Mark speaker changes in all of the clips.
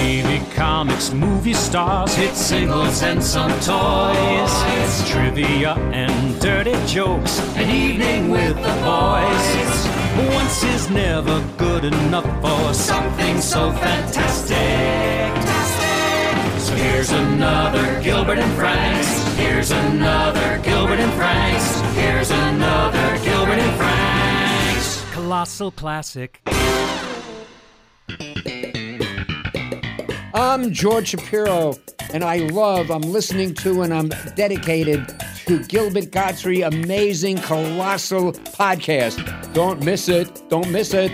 Speaker 1: TV, comics, movie stars, hit singles, and some toys. It's trivia and dirty jokes, an evening with the boys. Once is never good enough for something so fantastic. So here's another Gilbert and Franks. Here's another Gilbert and Franks. Here's another Gilbert and Franks. Colossal classic.
Speaker 2: I'm George Shapiro, and I love, I'm listening to, and I'm dedicated to Gilbert Gottfried's amazing, colossal podcast. Don't miss it. Don't miss it.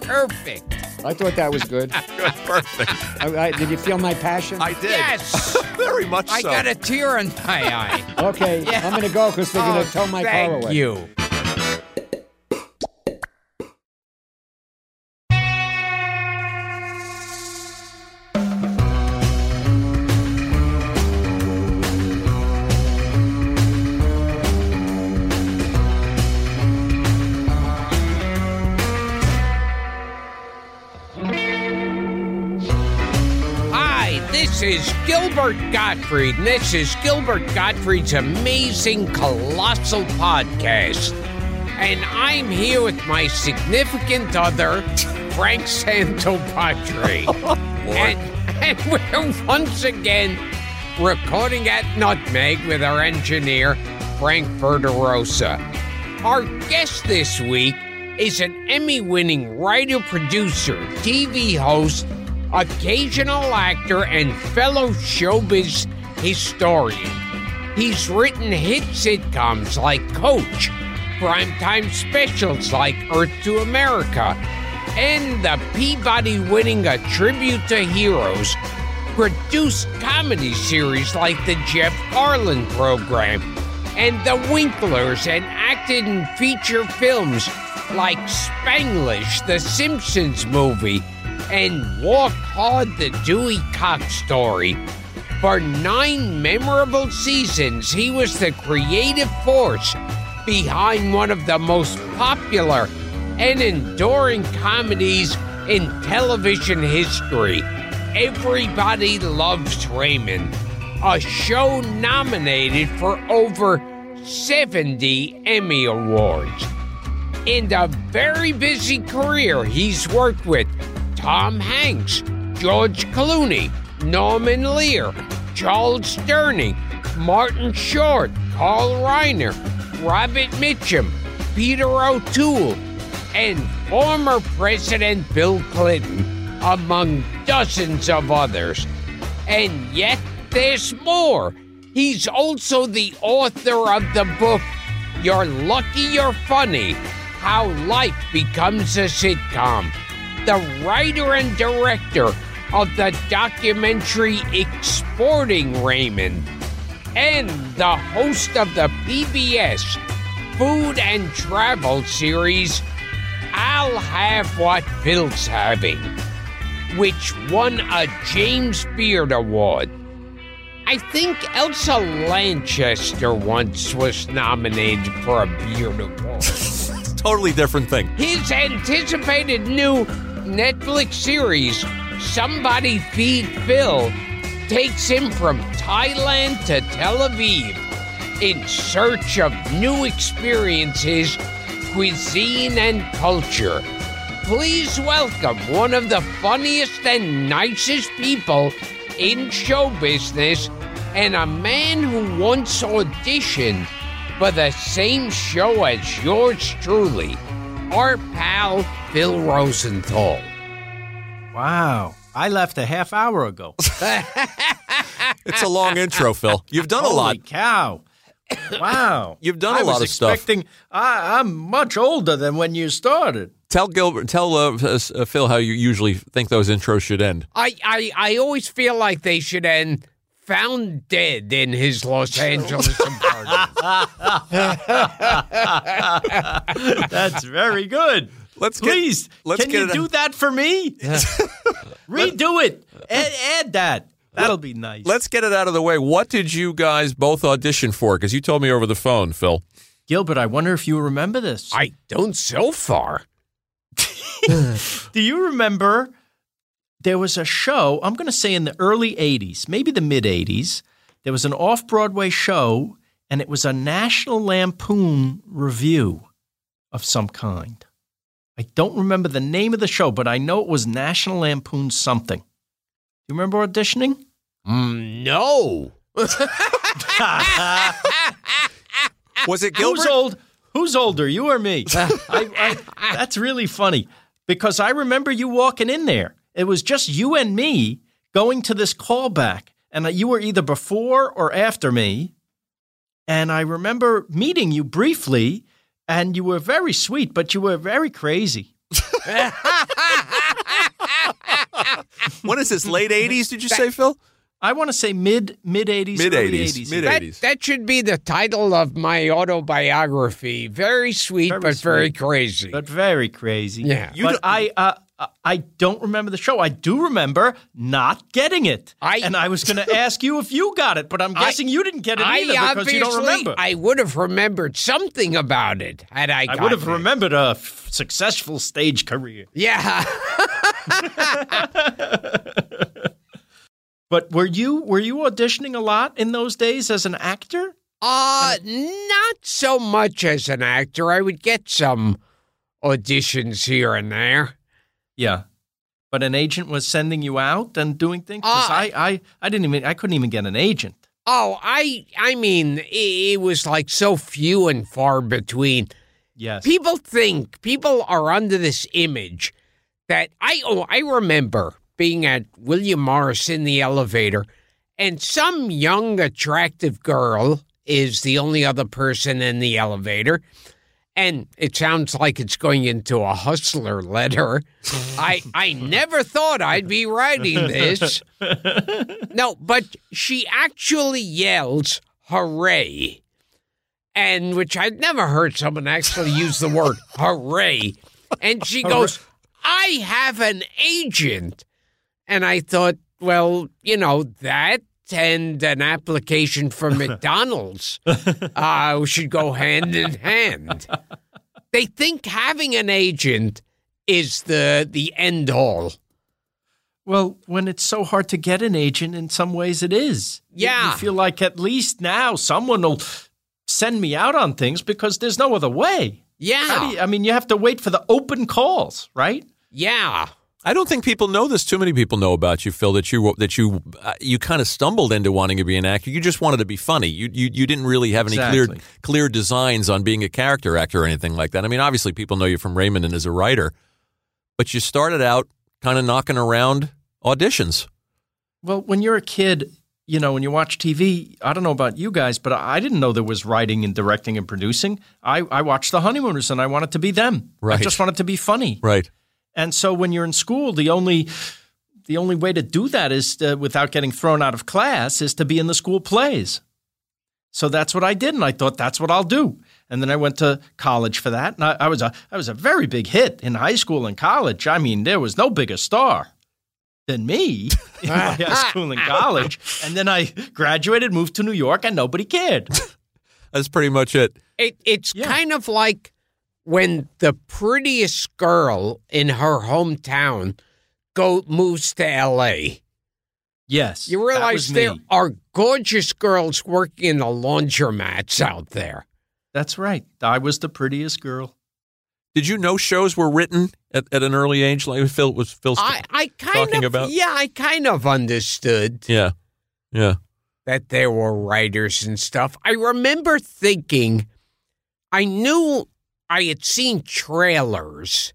Speaker 3: Perfect.
Speaker 2: I thought that was good.
Speaker 3: Perfect.
Speaker 2: I, I, did you feel my passion?
Speaker 3: I did.
Speaker 4: Yes.
Speaker 3: Very much
Speaker 4: I
Speaker 3: so.
Speaker 4: got a tear in my eye.
Speaker 2: Okay, I'm going to go because they're going
Speaker 4: Oh,
Speaker 2: to tow my car
Speaker 4: Thank
Speaker 2: away.
Speaker 4: you. Hi, this is Gilbert Gottfried, and this is Gilbert Gottfried's amazing colossal podcast. And I'm here with my significant other, Frank Santopatri. and, and we're once again recording at Nutmeg with our engineer, Frank Verderosa. Our guest this week is an Emmy winning writer, producer, TV host, occasional actor, and fellow showbiz historian. He's written hit sitcoms like Coach, primetime specials like Earth to America, and the Peabody winning A Tribute to Heroes, produced comedy series like The Jeff Garland Program and The Winklers, and acted in feature films like Spanglish, The Simpsons Movie, and Walk Hard the Dewey Cox Story. For nine memorable seasons, he was the creative force behind one of the most popular and enduring comedies in television history Everybody Loves Raymond, a show nominated for over 70 Emmy Awards. In a very busy career, he's worked with Tom Hanks, George Clooney, Norman Lear, Charles Sterning, Martin Short, Carl Reiner, Robert Mitchum, Peter O'Toole, and former President Bill Clinton, among dozens of others. And yet, there's more. He's also the author of the book, You're Lucky You're Funny How Life Becomes a Sitcom, the writer and director of the documentary Exporting Raymond, and the host of the PBS food and travel series, I'll Have What Bill's Having, which won a James Beard Award. I think Elsa Lanchester once was nominated for a Beard Award.
Speaker 3: totally different thing.
Speaker 4: His anticipated new Netflix series, Somebody Feed Phil, takes him from Thailand to Tel Aviv in search of new experiences, cuisine, and culture. Please welcome one of the funniest and nicest people in show business and a man who once auditioned for the same show as yours truly our pal Phil Rosenthal.
Speaker 5: Wow. I left a half hour ago.
Speaker 3: It's a long intro, Phil. You've done a
Speaker 5: Holy
Speaker 3: lot.
Speaker 5: cow. Wow.
Speaker 3: You've done a
Speaker 5: a
Speaker 3: lot of stuff.
Speaker 5: expecting, I, I'm much older than when you started.
Speaker 3: Tell Gilbert, tell uh, s- uh, Phil how you usually think those intros should end.
Speaker 4: I, I, I always feel like they should end found dead in his Los Angeles apartment.
Speaker 5: That's very good.
Speaker 3: Let's get-
Speaker 5: Please,
Speaker 3: let's
Speaker 5: can
Speaker 3: get
Speaker 5: you
Speaker 3: it-
Speaker 5: do that for me? Redo it. Add, add that. That'll be nice.
Speaker 3: Let's get it out of the way. What did you guys both audition for? Because you told me over the phone, Phil.
Speaker 5: Gilbert, I wonder if you remember this.
Speaker 4: I don't so far.
Speaker 5: Do you remember there was a show, I'm going to say in the early 80s, maybe the mid 80s, there was an off Broadway show and it was a National Lampoon review of some kind. I don't remember the name of the show, but I know it was National Lampoon something. You remember auditioning?
Speaker 4: Mm, no.
Speaker 3: Was it
Speaker 5: Ah, Who's
Speaker 3: Gilbert?
Speaker 5: old? Who's older, you or me? I, I, that's really funny because I remember you walking in there. It was just you and me going to this callback, and you were either before or after me. And I remember meeting you briefly, and you were very sweet, but you were very crazy.
Speaker 3: When is this? Late '80s? Did you say, Phil?
Speaker 5: I want to say mid mid eighties,
Speaker 3: Mid '80s.
Speaker 5: eighties,
Speaker 3: Mid
Speaker 4: That,
Speaker 3: '80s.
Speaker 4: that should be the title of my autobiography. Very sweet,
Speaker 5: Very
Speaker 4: but very
Speaker 5: sweet.
Speaker 4: crazy.
Speaker 5: but very crazy.
Speaker 4: Yeah. You
Speaker 5: but I, uh, I- I don't remember the show. I do remember not getting it.
Speaker 4: I-
Speaker 5: and I was going to ask you if you got it, but I'm guessing you didn't get it
Speaker 4: I
Speaker 5: either because you don't
Speaker 4: obviously-
Speaker 5: remember.
Speaker 4: I would have remembered something about it had I.
Speaker 5: I would have
Speaker 4: gotten it.
Speaker 5: remembered a f- successful stage career.
Speaker 4: Yeah.
Speaker 5: But were you were you auditioning a lot in those days as an actor?
Speaker 4: Uh, not so much as an actor. I would get some auditions here and there.
Speaker 5: Yeah. But an agent was sending you out and doing things. 'Cause
Speaker 4: Ah.
Speaker 5: I, I, I didn't even I couldn't even get an agent.
Speaker 4: Oh, I I mean, it, it was like so few and far between.
Speaker 5: Yes.
Speaker 4: People think people are under this image that I oh, I remember being at William Morris in the elevator and some young attractive girl is the only other person in the elevator and it sounds like it's going into a hustler letter. I I never thought I'd be writing this. No, but she actually yells hooray. And which I'd never heard someone actually use the word hooray. And she goes, I have an agent. And I thought, well, you know, that and an application for McDonald's uh, should go hand in hand. They think having an agent is the the end all.
Speaker 5: Well, when it's so hard to get an agent, in some ways it is. You- You,
Speaker 4: Yeah.
Speaker 5: feel like at least now someone will send me out on things because there's no other way. How do
Speaker 4: Yeah.
Speaker 5: you- I mean, you have to wait for the open calls, right?
Speaker 4: yeah.
Speaker 3: I don't think people know this. Too many people know about you, Phil. That you that you uh, you kind of stumbled into wanting to be an actor. You just wanted to be funny. You you, you didn't really have any clear
Speaker 5: Exactly.
Speaker 3: clear designs on being a character actor or anything like that. I mean, obviously people know you from Raymond and as a writer, but you started out kind of knocking around auditions.
Speaker 5: Well, when you're a kid, you know, when you watch TV, I don't know about you guys, but I I didn't know there was writing and directing and producing. I, I watched The Honeymooners and I wanted to be them.
Speaker 3: Right.
Speaker 5: I just wanted to be funny.
Speaker 3: Right.
Speaker 5: And so when you're in school, the only the only way to do that is to, without getting thrown out of class is to be in the school plays. So that's what I did, and I thought that's what I'll do. And then I went to college for that, and I, I was a I was a very big hit in high school and college. I mean, there was no bigger star than me in my high school and college. And then I graduated, moved to New York, and nobody cared.
Speaker 3: That's pretty much it.
Speaker 4: It it's
Speaker 5: Yeah.
Speaker 4: kind of like when the prettiest girl in her hometown go moves to LA.
Speaker 5: Yes,
Speaker 4: You
Speaker 5: that
Speaker 4: realize
Speaker 5: was
Speaker 4: there
Speaker 5: me.
Speaker 4: are gorgeous girls working in the laundromats out there.
Speaker 5: That's right. I was the prettiest girl.
Speaker 3: Did you know shows were written at, at an early age? Like Phil was Phil.
Speaker 4: I, I kind
Speaker 3: Talking
Speaker 4: of
Speaker 3: about-
Speaker 4: yeah, I kind of understood
Speaker 3: yeah. Yeah.
Speaker 4: that there were writers and stuff. I remember thinking, I knew I had seen trailers,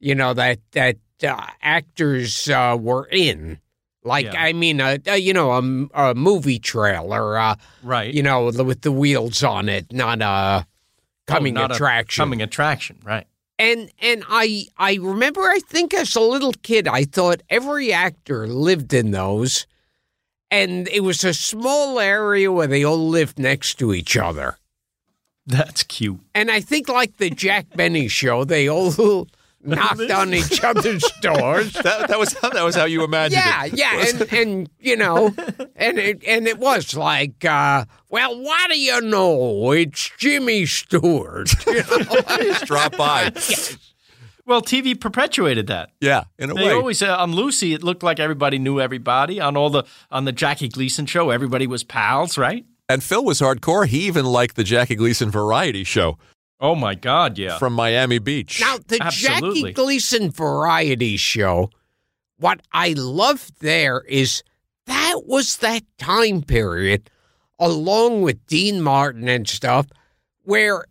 Speaker 4: you know that that uh, actors uh, were in. Like
Speaker 5: Yeah.
Speaker 4: I mean, a, a, you know, a, m- a movie trailer, uh,
Speaker 5: Right.
Speaker 4: you know, with the wheels on it, not a
Speaker 5: Oh,
Speaker 4: coming
Speaker 5: not a
Speaker 4: attraction.
Speaker 5: coming attraction, right?
Speaker 4: and and I I remember I think as a little kid I thought every actor lived in those, and it was a small area where they all lived next to each other.
Speaker 5: That's cute.
Speaker 4: And I think like the Jack Benny show, they all knocked on each other's doors.
Speaker 3: That, that was how, that was how you imagined
Speaker 4: Yeah,
Speaker 3: it.
Speaker 4: yeah, and, and you know, and it, and it was like, uh, well, what do you know? It's Jimmy Stewart. You know?
Speaker 3: Just drop by.
Speaker 5: Well, TV perpetuated that.
Speaker 3: Yeah, in a
Speaker 5: They
Speaker 3: way.
Speaker 5: always uh, on Lucy. It looked like everybody knew everybody on all the on the Jackie Gleason show. Everybody was pals, right?
Speaker 3: and Phil was hardcore. He even liked the Jackie Gleason variety show
Speaker 5: Oh my God, yeah.
Speaker 3: from Miami Beach.
Speaker 4: now the
Speaker 5: Absolutely.
Speaker 4: Jackie Gleason variety show. What I love there is that was that time period, along with Dean Martin and stuff, where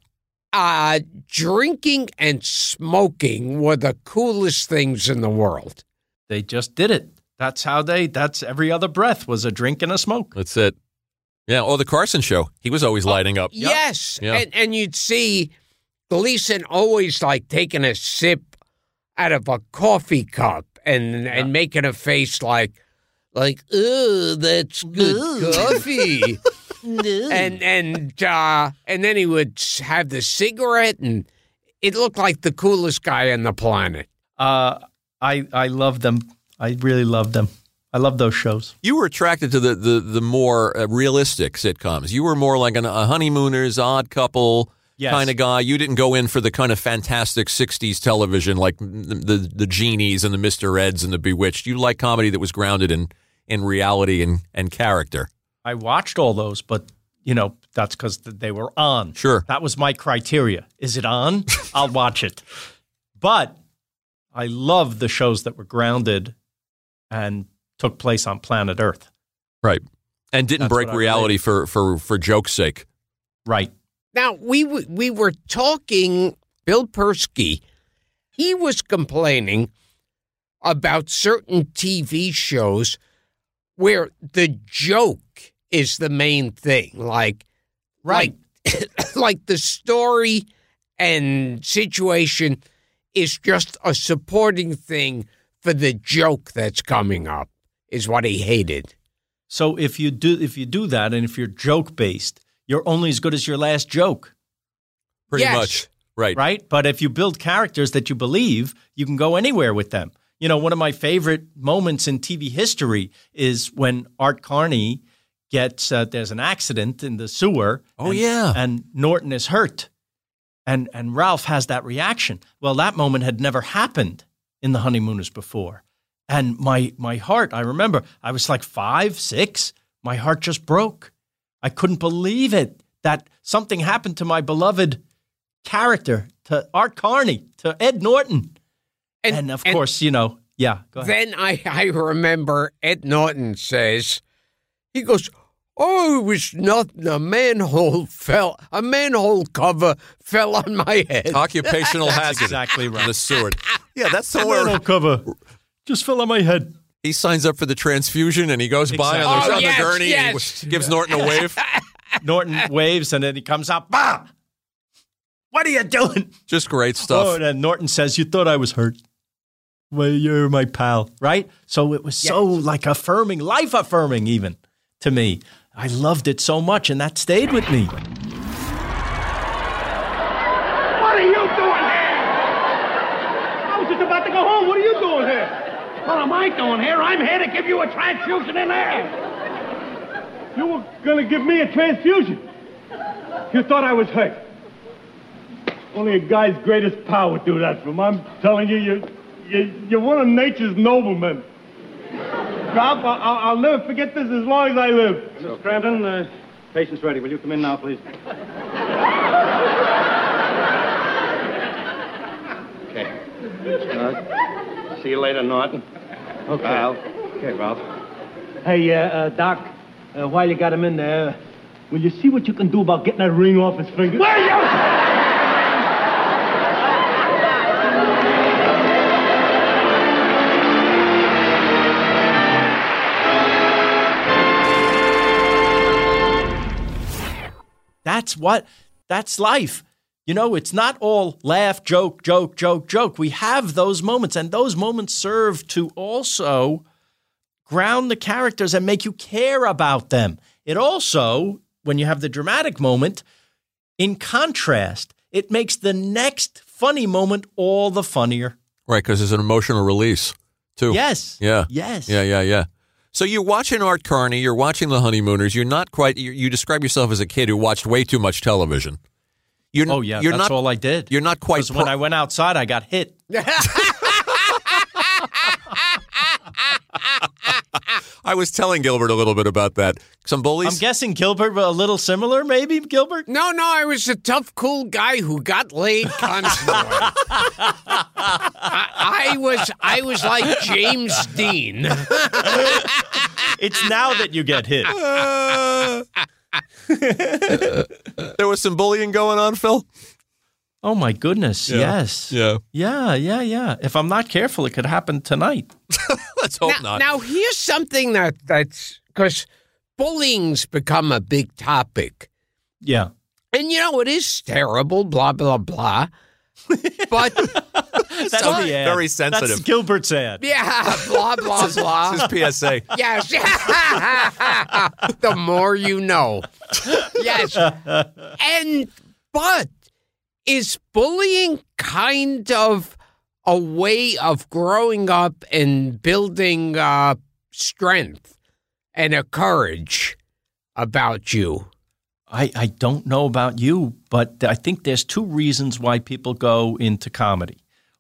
Speaker 4: uh, drinking and smoking were the coolest things in the world.
Speaker 5: they just did it. That's how they. That's every other breath was a drink and a smoke.
Speaker 3: That's it. Yeah. Oh, the Carson show. He was always lighting up.
Speaker 4: Yes,
Speaker 3: Yeah.
Speaker 4: and and you'd see Gleason always like taking a sip out of a coffee cup and and making a face like like ooh that's good coffee. and and uh, and then he would have the cigarette and it looked like the coolest guy on the planet.
Speaker 5: Uh, I I love them. I really love them. I love those shows.
Speaker 3: You were attracted to the the, the more uh, realistic sitcoms. You were more like an, a honeymooners, odd couple
Speaker 5: Yes.
Speaker 3: kind of guy. You didn't go in for the kind of fantastic '60s television like the the, the genies and the Mister Eds and the Bewitched. You like comedy that was grounded in in reality and and character.
Speaker 5: I watched all those, but you know that's because they were on.
Speaker 3: Sure.
Speaker 5: that was my criteria. Is it on? I'll watch it. But I love the shows that were grounded and took place on planet Earth.
Speaker 3: Right. And didn't
Speaker 5: That's
Speaker 3: break
Speaker 5: what I
Speaker 3: reality for for for joke's sake.
Speaker 5: Right.
Speaker 4: Now we w- we were talking Bill Persky. He was complaining about certain TV shows where the joke is the main thing, like
Speaker 5: Right.
Speaker 4: like, like the story and situation is just a supporting thing for the joke that's coming up. Is what he hated.
Speaker 5: So if you do if you do that and if you're joke based, you're only as good as your last joke,
Speaker 3: Pretty
Speaker 4: Yes.
Speaker 3: much. Right.
Speaker 5: right? But if you build characters that you believe, you can go anywhere with them. You know, one of my favorite moments in TV history is when Art Carney gets uh, there's an accident in the sewer.
Speaker 3: Oh,
Speaker 5: and-
Speaker 3: yeah.
Speaker 5: and Norton is hurt, and and Ralph has that reaction. Well, that moment had never happened in the honeymooners before, and my my heart. I remember I was like five, six. My heart just broke. I couldn't believe it that something happened to my beloved character, to Art Carney, to Ed Norton, and, of course, you know, yeah. Go ahead.
Speaker 4: Then I, I remember Ed Norton says, he goes, Oh, it was nothing. A manhole fell, a manhole cover fell on my head.
Speaker 3: Occupational hazard.
Speaker 5: exactly
Speaker 3: On the
Speaker 5: right.
Speaker 3: sword. Yeah, that's
Speaker 5: Little
Speaker 3: somewhere
Speaker 5: cover just fell on my head.
Speaker 3: he signs up for the transfusion and he goes by on the,
Speaker 4: Exactly.
Speaker 3: on the
Speaker 4: Oh, yes,
Speaker 3: gurney
Speaker 4: yes.
Speaker 3: and he gives Norton a wave.
Speaker 5: Norton waves and then he comes out. Bah! What are you doing?
Speaker 3: Just great
Speaker 5: Oh,
Speaker 3: stuff.
Speaker 5: and then Norton says, You thought I was hurt. Well, you're my pal, right? So it was so like affirming, life affirming, even to me. I loved it so much, and that stayed with me.
Speaker 6: What are you doing here? I was just about to go home. What are you doing here? What am I doing here? I'm here to give you a transfusion in there. You were gonna give me a transfusion. You thought I was hurt. Only a guy's greatest power would do that for him. I'm telling you, you, you, you're one of nature's noblemen. Ralph, I'll, I'll, I'll never forget this as long as I live. Mr. Scranton, uh, patient's ready. Will you come in now, please? See you later, Norton. Okay. Ralph. Okay, Ralph. Hey, uh, uh, Doc, uh, while you got him in there, will you see what you can do about getting that ring off his finger? Will you?
Speaker 5: That's what, that's life. You know, it's not all laugh, joke, joke, joke, joke. We have those moments, and those moments serve to also ground the characters and make you care about them. It also, when you have the dramatic moment, in contrast, it makes the next funny moment all the funnier.
Speaker 3: Right, because it's an emotional release too.
Speaker 5: Yes.
Speaker 3: Yeah.
Speaker 5: Yes.
Speaker 3: Yeah, yeah, yeah. So you're watching Art Carney, you're watching The Honeymooners. You're not quite. You, you describe yourself as a kid who watched way too much television. You're,
Speaker 5: Oh yeah,
Speaker 3: You're
Speaker 5: that's
Speaker 3: not.
Speaker 5: all I did.
Speaker 3: you're not quite.
Speaker 5: 'Cause when
Speaker 3: pro-
Speaker 5: I went outside, I got hit.
Speaker 3: I was telling Gilbert a little bit about that. Some bullies.
Speaker 5: I'm guessing Gilbert were a little similar, maybe Gilbert.
Speaker 4: No, no, I was a tough, cool guy who got laid constantly. I, I was, I was like James Dean.
Speaker 5: It's now that you get hit.
Speaker 3: Uh. there was some bullying going on, Phil.
Speaker 5: Oh my goodness! Yes.
Speaker 3: Yeah.
Speaker 5: Yeah. Yeah. Yeah. If I'm not careful, it could happen tonight.
Speaker 3: Let's hope
Speaker 4: now,
Speaker 3: not.
Speaker 4: now here's something that that's because bullying's become a big topic,
Speaker 5: Yeah.
Speaker 4: and you know it is terrible. Blah blah blah. But
Speaker 5: That's
Speaker 3: So very sensitive.
Speaker 5: That's Gilbert's ad.
Speaker 4: yeah, blah blah blah.
Speaker 3: this is PSA.
Speaker 4: Yes. the more you know. Yes. And, but is bullying kind of a way of growing up and building uh, strength and a courage about you?
Speaker 5: I, I don't know about you, but I think there's two reasons why people go into comedy.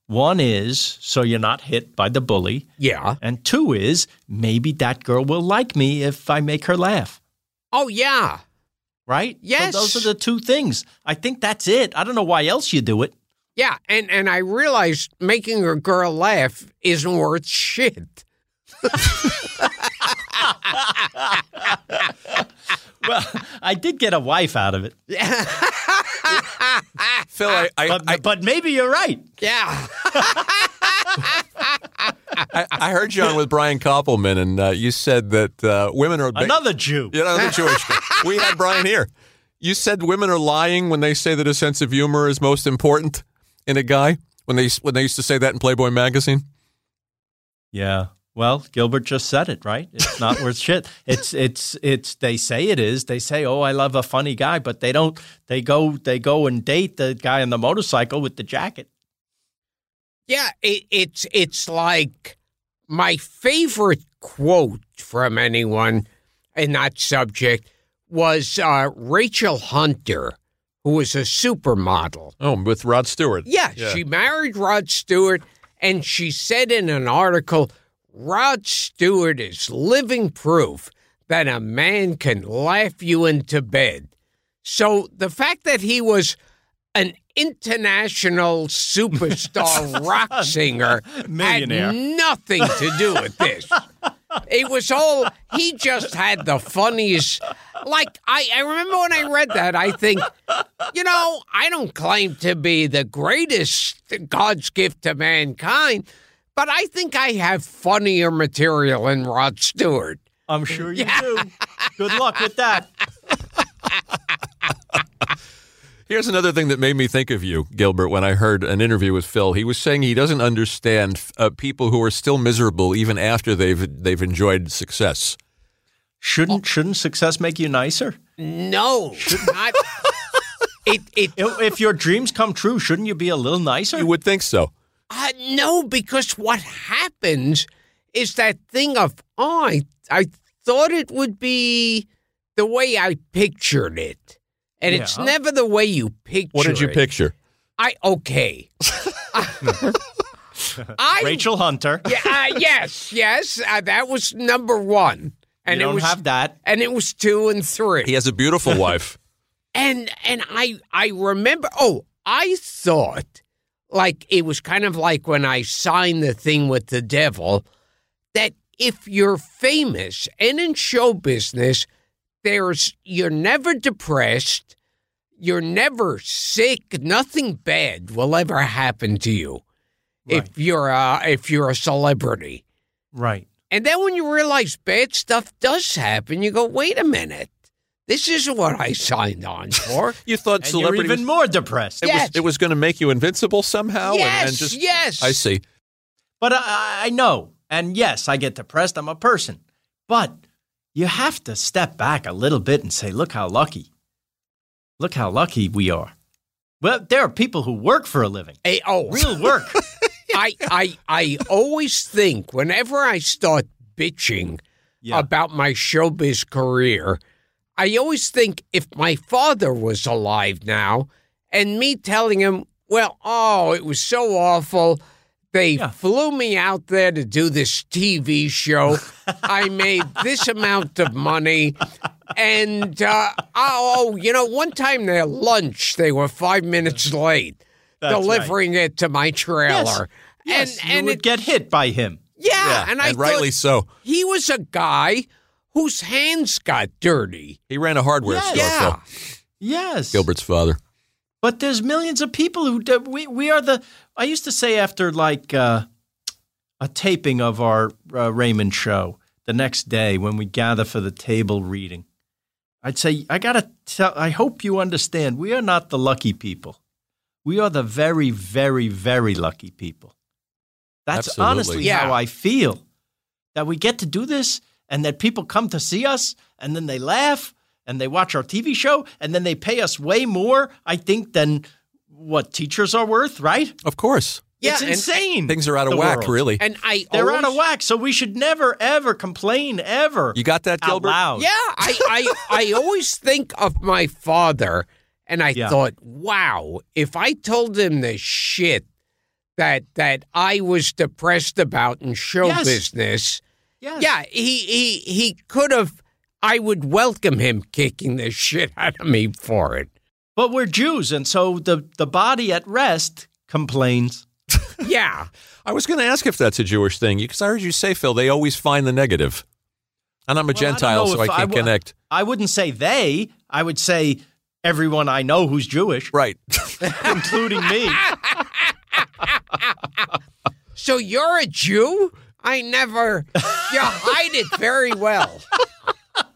Speaker 5: One is so you're not hit by the bully,
Speaker 4: Yeah.
Speaker 5: and two is maybe that girl will like me if I make her laugh.
Speaker 4: Oh, yeah.
Speaker 5: right?
Speaker 4: Yes.
Speaker 5: So those are the two things. I think that's it. I don't know why else you do it.
Speaker 4: Yeah. And, and I realized making a girl laugh isn't worth shit.
Speaker 5: Well, I did get a wife out of it.
Speaker 3: Phil, I, I,
Speaker 5: But,
Speaker 3: I,
Speaker 5: but maybe you're right.
Speaker 4: Yeah.
Speaker 3: I, I heard you on with Brian Koppelman, and uh, you said that uh, women are. Ba-
Speaker 5: Another Jew.
Speaker 3: You know, the Jewish guy. We had Brian here. You said women are lying when they say that a sense of humor is most important in a guy. When they when they used to say that in Playboy magazine.
Speaker 5: Yeah. Well, Gilbert just said it, right? It's not worth shit. It's it's it's they say it is. They say, "Oh, I love a funny guy," but they don't they go they go and date the guy on the motorcycle with the jacket.
Speaker 4: Yeah, it, it's it's like my favorite quote from anyone in that subject was uh, Rachel Hunter, who was a supermodel.
Speaker 3: Oh, with Rod Stewart.
Speaker 4: Yeah, she married Rod Stewart, and she said in an article, Rod Stewart is living proof that a man can laugh you into bed. So the fact that he was an international superstar rock singer had
Speaker 5: Millionaire.
Speaker 4: nothing to do with this. It was all he just had the funniest. Like I, I remember when I read that, I think, you know, I don't claim to be the greatest God's gift to mankind, but I think I have funnier material in Rod Stewart.
Speaker 5: I'm sure you do. Good luck with that.
Speaker 3: Here's another thing that made me think of you, Gilbert, when I heard an interview with Phil. He was saying he doesn't understand uh, people who are still miserable even after they've they've enjoyed success.
Speaker 5: Shouldn't shouldn't success make you nicer?
Speaker 4: No, not. It, it
Speaker 5: If if your dreams come true, shouldn't you be a little nicer?
Speaker 3: You would think so.
Speaker 4: Uh, no, because what happens is that thing of, oh, I, I thought it would be the way I pictured it. And it's
Speaker 5: Yeah.
Speaker 4: never the way you picture
Speaker 3: What did you
Speaker 4: it.
Speaker 3: picture?
Speaker 4: I, okay. I,
Speaker 5: Rachel Hunter.
Speaker 4: Yeah, uh, yes, yes. Uh, that was number one. And
Speaker 5: you
Speaker 4: it
Speaker 5: don't
Speaker 4: was,
Speaker 5: have that.
Speaker 4: And it was two and three.
Speaker 3: He has a beautiful wife.
Speaker 4: and and I I remember oh I thought like it was kind of like when I signed the thing with the devil that if you're famous and in show business there's you're never depressed you're never sick nothing bad will ever happen to you if you're a, if you're a celebrity
Speaker 5: Right.
Speaker 4: and then when you realize bad stuff does happen you go wait a minute This isn't what I signed on for.
Speaker 3: You thought
Speaker 5: And you're
Speaker 3: celebrity
Speaker 5: even
Speaker 3: was,
Speaker 5: more depressed.
Speaker 3: it
Speaker 4: Yeah.
Speaker 3: was it was going to make you invincible somehow. and-
Speaker 4: yes,
Speaker 3: and, just,
Speaker 4: yes.
Speaker 3: I see.
Speaker 5: But I, I know, and yes, I get depressed. I'm a person, but you have to step back a little bit and say, "Look how lucky! Look how lucky we are." Well, there are people who work for a living,
Speaker 4: Hey, oh,
Speaker 5: real work.
Speaker 4: I, I, I always think whenever I start bitching
Speaker 5: Yeah.
Speaker 4: about my showbiz career, I always think if my father was alive now and me telling him, well, oh, it was so awful. They
Speaker 5: Yeah.
Speaker 4: flew me out there to do this TV show. I made this amount of money. And, uh, oh, you know, one time their lunch, they were five minutes late
Speaker 5: That's right.
Speaker 4: delivering it to my trailer.
Speaker 5: yes,
Speaker 4: and
Speaker 5: you
Speaker 4: and
Speaker 5: would
Speaker 4: it,
Speaker 5: get hit by him.
Speaker 4: yeah, and I
Speaker 3: and rightly
Speaker 4: thought
Speaker 3: so.
Speaker 4: he was a guy whose hands got dirty.
Speaker 3: He ran a hardware
Speaker 5: Yes.
Speaker 3: store.
Speaker 4: Yeah.
Speaker 3: Phil.
Speaker 5: Yes,
Speaker 3: Gilbert's father.
Speaker 5: But there's millions of people who do, we we are the. I used to say after like uh, a taping of our uh, Raymond show the next day when we gather for the table reading, I'd say I gotta tell. I hope you understand. We are not the lucky people. We are the very, very, very lucky people. That's
Speaker 3: Absolutely.
Speaker 5: honestly
Speaker 4: Yeah.
Speaker 5: how I feel. That we get to do this, and that people come to see us, and then they laugh, and they watch our TV show, and then they pay us way more, I think, than what teachers are worth, right?
Speaker 3: Of course,
Speaker 4: Yeah,
Speaker 5: it's
Speaker 4: and-
Speaker 5: insane.
Speaker 3: things are out of
Speaker 5: the
Speaker 3: whack.
Speaker 5: world.
Speaker 3: Really,
Speaker 4: And I
Speaker 5: They're
Speaker 4: always,
Speaker 5: out of whack, so we should never ever complain ever.
Speaker 3: you got that,
Speaker 5: out
Speaker 3: Gilbert?
Speaker 5: loud.
Speaker 4: Yeah, I, I I always think of my father and I
Speaker 5: Yeah.
Speaker 4: thought, wow, if I told him the shit that that I was depressed about in show
Speaker 5: Yes.
Speaker 4: business,
Speaker 5: Yes.
Speaker 4: yeah, he he he could have I would welcome him kicking the shit out of me for it.
Speaker 5: But we're Jews, and so the, the body at rest complains.
Speaker 4: Yeah.
Speaker 3: I was going to ask if that's a Jewish thing because I heard you say, Phil, they always find the negative. And I'm a
Speaker 5: Well, I don't
Speaker 3: Gentile,
Speaker 5: know
Speaker 3: so I
Speaker 5: if
Speaker 3: can't
Speaker 5: w-
Speaker 3: connect.
Speaker 5: I wouldn't say they. I would say everyone I know who's Jewish,
Speaker 3: Right.
Speaker 5: including me.
Speaker 4: So you're a Jew? I never. You hide it very well.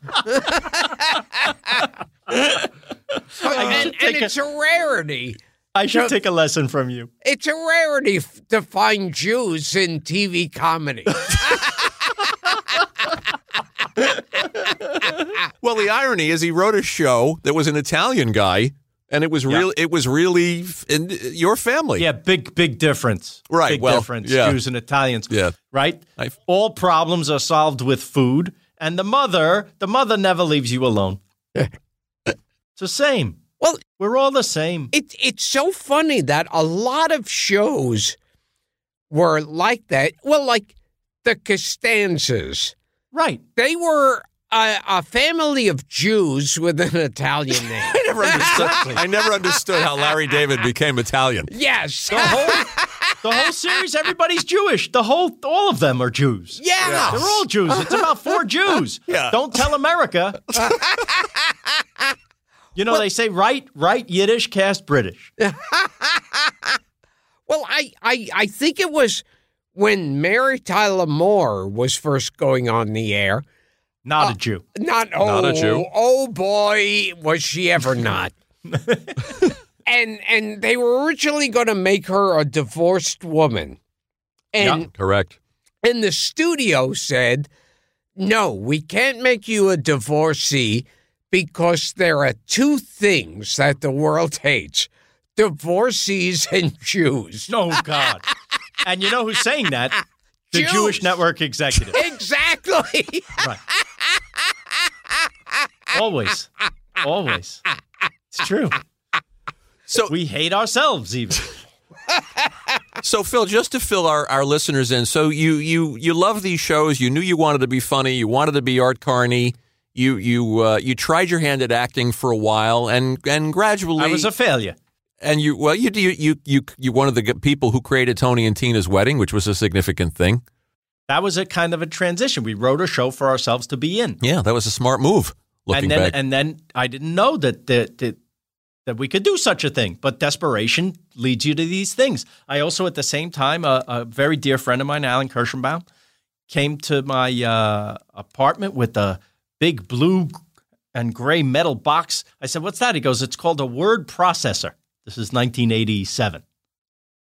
Speaker 4: and and it's a rarity.
Speaker 5: I should take a lesson from you.
Speaker 4: It's a rarity f- to find Jews in TV comedy.
Speaker 3: well, the irony is he wrote a show that was an Italian guy and it was real it was really f- in your family.
Speaker 5: Yeah, big big difference.
Speaker 3: Right,
Speaker 5: big
Speaker 3: well,
Speaker 5: difference.
Speaker 3: yeah.
Speaker 5: Jews and Italians.
Speaker 3: Yeah.
Speaker 5: right.
Speaker 3: I-
Speaker 5: All problems are solved with food, and the mother, the mother never leaves you alone. it's the same.
Speaker 4: Well-
Speaker 5: we're all the same.
Speaker 4: It, it's so funny that a lot of shows were like that. Well, like the Costanzas.
Speaker 5: Right.
Speaker 4: They were a, a family of Jews with an Italian name.
Speaker 3: I never understood I never understood how Larry David became Italian.
Speaker 4: yes.
Speaker 5: The whole, the whole series, everybody's Jewish. The whole, all of them are Jews.
Speaker 4: Yeah.
Speaker 5: They're all Jews. It's about four Jews.
Speaker 3: Yeah.
Speaker 5: Don't tell America. you know, they say right, right Yiddish, cast British.
Speaker 4: Well, I, I, I think it was when Mary Tyler Moore was first going on the air.
Speaker 5: Not
Speaker 3: Uh,
Speaker 5: a Jew.
Speaker 4: Not oh,
Speaker 3: a Jew.
Speaker 4: oh boy, was she ever not. and and they were originally going to make her a divorced woman. And
Speaker 3: Correct.
Speaker 4: and the studio said, "No, we can't make you a divorcee because there are two things that the world hates: divorcees and Jews."
Speaker 5: No Oh, God. and you know who's saying that? The
Speaker 4: Jews.
Speaker 5: Jewish Network executive.
Speaker 4: Exactly.
Speaker 5: Always. Always. It's true.
Speaker 3: So
Speaker 5: We hate ourselves even.
Speaker 3: So Phil, just to fill our, our listeners in, so you you you love these shows. You knew you wanted to be funny. You wanted to be Art Carney. You you uh, you tried your hand at acting for a while, and and gradually,
Speaker 5: I was a failure.
Speaker 3: and you well you you you you you one of the g- people who created Tony and Tina's wedding, which was a significant thing.
Speaker 5: That was a kind of a transition. We wrote a show for ourselves to be in.
Speaker 3: Yeah, that was a smart move. Looking
Speaker 5: and
Speaker 3: back,
Speaker 5: then and then I didn't know that that, that that we could do such a thing. But desperation leads you to these things. I also, at the same time, a, a very dear friend of mine, Alan Kirschenbaum, came to my uh, apartment with a big blue and gray metal box. I said, What's that? He goes, It's called a word processor. This is 1987,